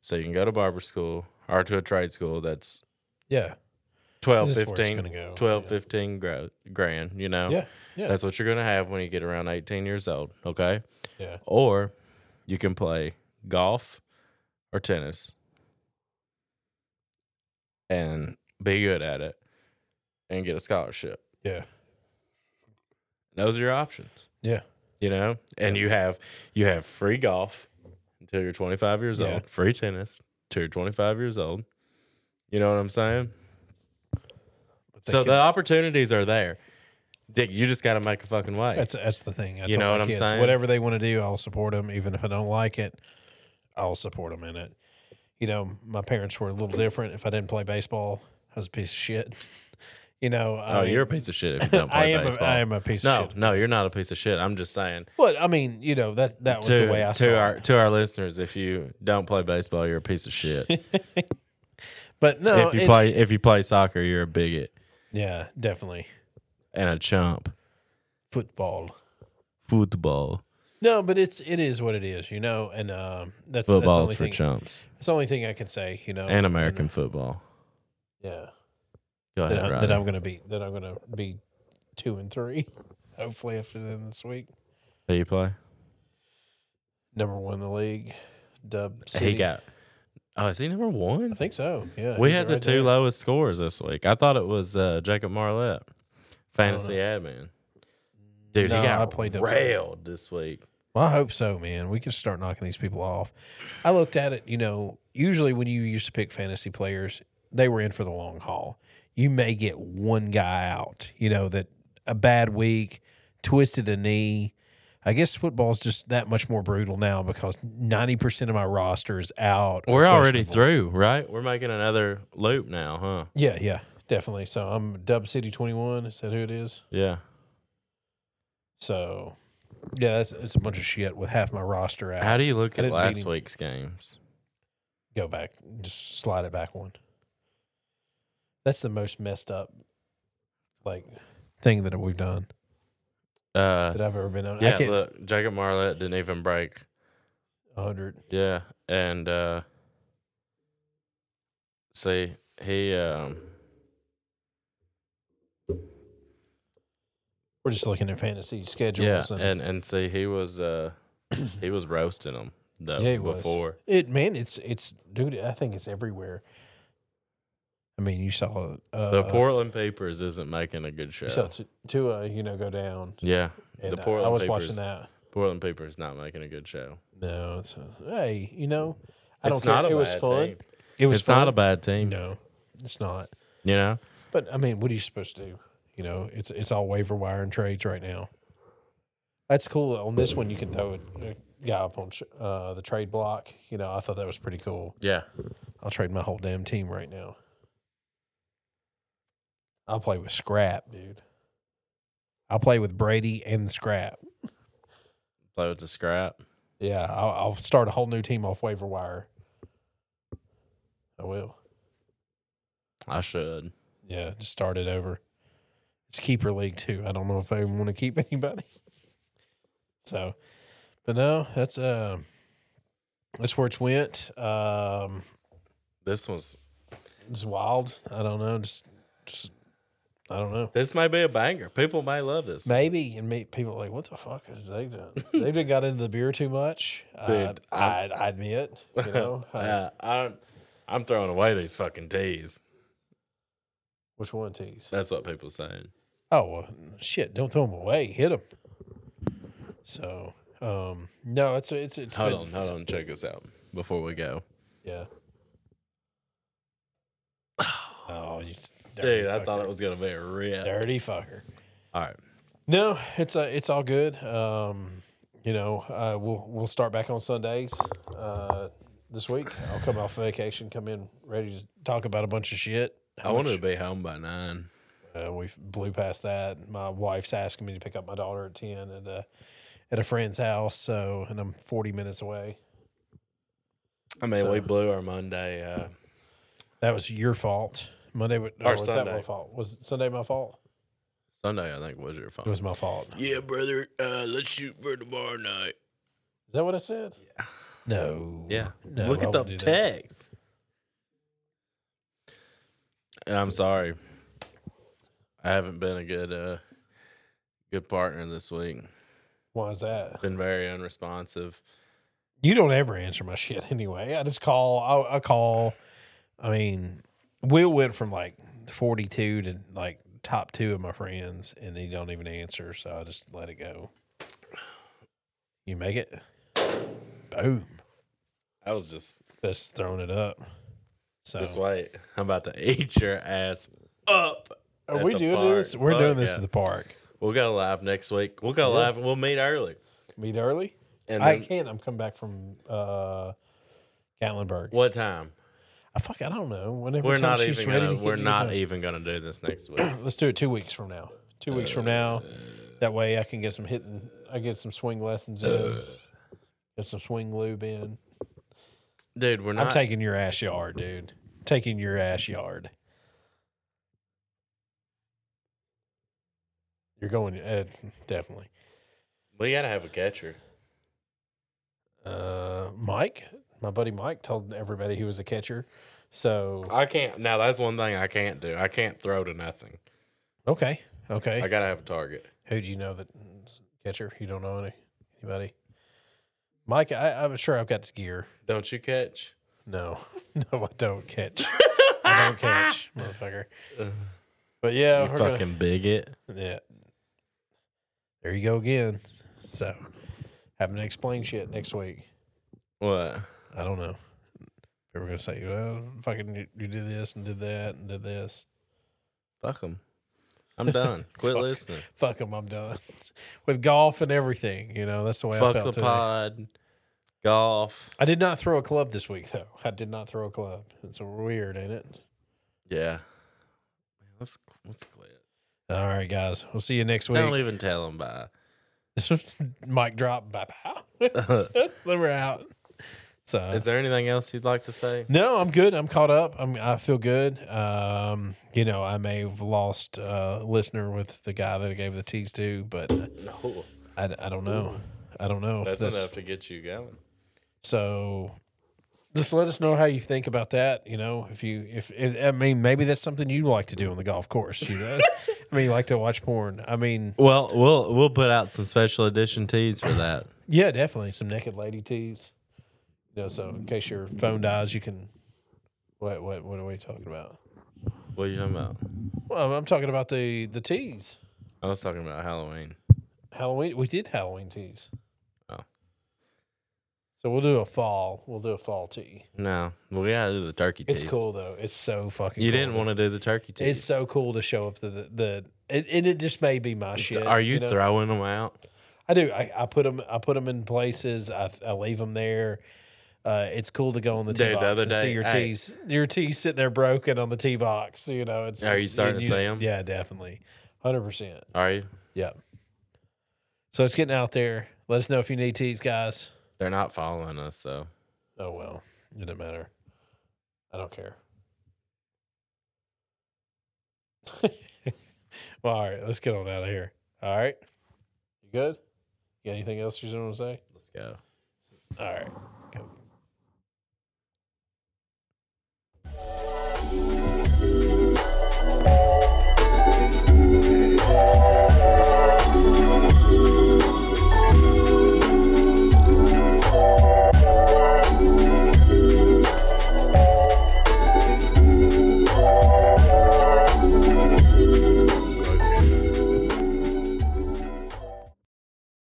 So you can go to barber school or to a trade school that's
Yeah.
12,
This is where it's
15,
gonna go,
12,
yeah.
15 gro- grand, you know?
Yeah. Yeah.
Oh. That's what you're going to have when you get around 18 years old. Okay.
yeah.
or you can play golf or tennis and be good at it and get a scholarship.
Yeah.
Those are your options,
Yeah.
you know? And you have you have free golf until you're 25 years
Yeah.
old, free tennis till you're 25 years old. You know what I'm saying?
But they
So
could-
the opportunities are there. Dick, you just got to make a fucking way.
That's that's the thing. I
You
told
know
my
what I'm
kids,
saying?
Whatever they want to do, I'll support them. Even if I don't like it, I'll support them in it. You know, my parents were a little different. If I didn't play baseball, I was a piece of shit. [LAUGHS] You know,
oh,
I mean,
you're a piece of shit if you don't
[LAUGHS] I
play
am.
baseball.
A, I am a piece
no,
of shit.
no, you're not a piece of shit. I'm just saying.
But I mean, you know that that was
to,
the way I
to
saw
our
it.
to our listeners, if you don't play baseball, you're a piece of
[LAUGHS]
shit.
But no,
if you
Oh, it-
play if you play soccer, you're a bigot
yeah, definitely
and a chump.
football.
Football,
No, but it's it is what it is, you know, and um, that's that's the
football's
only
for
thing. Oh,
chumps,
That's the only thing I can say, you know.
and American football.
yeah.
Go
that,
ahead,
I,
Ryder.
that I'm gonna be that I'm gonna be two and three, [LAUGHS] hopefully after the end of this week.
Who you play?
Number one in the league, Dub City.
He got. Oh, is he number one?
I think so. Yeah,
we
he's
had the
right
two
there.
lowest scores this week. I thought it was uh, Jacob Marlette, fantasy
know.
admin. Dude,
No,
he got
I played upset.
railed this week.
Well, I hope so, man. We can start knocking these people off. I looked at it. You know, usually when you used to pick fantasy players, they were in for the long haul. You may get one guy out. You know that a bad week, twisted a knee. I guess football's just that much more brutal now because ninety percent of my roster is out. or
We're already
questionable.
through, right? We're making another loop now, huh?
Yeah, yeah, definitely. So I'm Dub City 21. Is that who it is?
Yeah.
So, yeah, that's, it's a bunch of shit with half my roster out.
How do you look
I
at
didn't beat
last
him.
week's games?
Go back, just slide it back one. That's the most messed up, like, thing that we've done
Uh,
that I've ever been on. I
yeah,
can't
look, Jacob Marlette didn't even break.
100.
Yeah, and uh, see, he um,
We're just looking at fantasy
yeah,
schedules. and,
and and see, he was
[COUGHS]
uh, he was roasting them though
Yeah, he was.
before.
it, man, it's it's, dude. I think it's everywhere. I mean, you saw uh,
The Portland Papers isn't making a good show.
You saw t- Tua, you know, go down.
yeah,
And,
the
uh,
Portland
I was
Papers.
watching that.
Portland Papers not making a good show.
No, it's a, hey, you know, I
it's
don't care.
not a
it was
bad
fun.
team.
It was
It's not a bad team.
no, it's not.
You know,
But I mean, what are you supposed to do? You know, it's it's all waiver wire and trades right now. That's cool. On this one, you can throw a, a guy up on tr- uh, the trade block. You know, I thought that was pretty cool.
yeah,
I'll trade my whole damn team right now. I'll play with scrap, dude. I'll play with Brady and scrap.
play with the scrap.
Yeah, I'll, I'll start a whole new team off waiver wire. I will.
I should.
Yeah, just start it over. It's keeper league too. I don't know if I even want to keep [LAUGHS] anybody. So, but no, that's uh, that's where it's went. Um,
This was.
it's wild. I don't know. Just, just I don't know.
This may be a banger. People may love this.
Maybe and meet people like what the fuck is they done? They've been got into the beer too much.
Dude,
I, I, I admit, you know, I-
Uh, I'm, I'm throwing away these fucking teas.
which one tease?
That's what people saying.
Oh well, shit! Don't throw them away. Hit them. So um, no, it's it's it's
Hold
been-
on, hold on. Check this out before we go. [SIGHS]
yeah. Oh, you s- dirty
Dude, I
fucker.
thought it was gonna be a rip.
dirty fucker.
All right.
No, it's uh, it's all good. Um, you know, uh, we'll we'll start back on Sundays uh, this week. I'll come off vacation, come in ready to talk about a bunch of shit.
I wanted to be home by nine.
Uh, we blew past that. My wife's asking me to pick up my daughter at ten at a at a friend's house. So, and I'm 40 minutes away.
I mean,
So-
we blew our Monday. Uh,
That was your fault. Monday wa-
Or
or was that
Sunday.
my fault? Was Sunday my fault?
Sunday, I think, was your
It
phone.
was my fault. Is
Yeah, brother. Uh, let's shoot for tomorrow night.
that what I said? Yeah. No.
Yeah.
No,
Look
I
at the
wouldn't do that.
text. And I'm sorry. I haven't been a good uh, good partner this week.
Why is that?
Been very unresponsive.
[LAUGHS] You don't ever answer my shit anyway. I just call. I, I call. I mean, Will went from like 42 to like top two of my friends, and he don't even answer. So I just let it go. You make it. Boom.
I was just
Just throwing it up. So
just wait. I'm about to [LAUGHS] eat your ass up.
are
at
we
the
doing
park.
this? We're
Fuck
doing this
yeah.
at the park.
We'll go live next week. We'll go live. and We'll meet early.
Meet early.
And
I
then-
can't. I'm coming back from uh, Gatlinburg.
what time?
I fuck. I don't know. Whenever
We're
time
not
she's
even
ready
gonna.
to
We're
get me
not
home.
even gonna do this next
[CLEARS THROAT]
week.
Let's do it two weeks from now. Two weeks from now. That way I can get some hitting. I get some swing lessons in. Get some swing lube in.
Dude, we're
I'm
not.
taking your ass yard, dude. Taking your ass yard. You're going uh, definitely.
we gotta have a catcher.
Uh, Mike, my buddy Mike, told everybody he was a catcher. So
I can't. Now that's one thing I can't do. I can't throw to nothing.
okay, okay.
I gotta have a target.
Who do you know that catcher? You don't know any anybody. Mike, I, I'm sure I've got the gear.
Don't you catch?
No, [LAUGHS] no, I don't catch. I don't catch, motherfucker. But yeah,
You
we're gonna-
fucking bigot.
yeah. There you go again. So, having to explain shit next week.
What?
I don't know. People are gonna say, "Well, fucking, you, you did this and did that and did this."
Fuck them. [LAUGHS] I'm done. Quit
Fuck.
listening.
Fuck them. I'm done [LAUGHS] with golf and everything. You know, that's the way I
Fuck
felt
the
today.
pod. Golf.
I did not throw a club this week, though. I did not throw a club. It's weird, ain't it?
Yeah. Let's let's quit.
All right, guys. We'll see you next week.
Don't even tell them [LAUGHS] bye.
[LAUGHS] Mic drop. Bye [LAUGHS] bye. then we're out. So
Is there anything else you'd like to say?
no, I'm good. I'm caught up. I'm. I feel good. Um, you know, I may have lost uh, a listener with the guy that I gave the tease to, but
No.
I, I don't know. I don't know. if
That's, enough to get you going.
So just let us know how you think about that. You know, if you if, if I mean maybe that's something you like to do on the golf course.
[LAUGHS]
You know, I mean, you like to watch porn. I mean,
Well, we'll we'll put out some special edition teas for that.
yeah, definitely some naked lady tees. You know, so in case your phone dies, you can. What what what are we talking about?
What are you talking about?
Well, I'm talking about the the tees.
I was talking about Halloween.
Halloween. We did Halloween tees.
Oh.
So we'll do a fall. We'll do a fall tee.
No, we gotta do the turkey teas.
It's cool though. It's so fucking.
You
cool
didn't
to
want to do the turkey teas.
It's so cool to show up to the the and, and it just may be my shit.
Are you,
know?
throwing them out?
I do. I, I put them. I put 'em in places. I, I leave them there. Uh, it's cool to go on the tee
Dude, the
box
other
and
day-
see your
hey.
tees. Your tees sitting there broken on the tee box. You know. It's.
Are you
it's-
starting to
you-
see 'em?
Yeah, definitely. Hundred percent.
Are you?
Yeah. So it's getting out there. Let us know if you need tees, guys.
They're not following us though.
Oh well, it doesn't matter. I don't care. [LAUGHS] well, all right, let's get on out of here. All right, you good? You got anything else you want to say?
Let's go.
All right, go.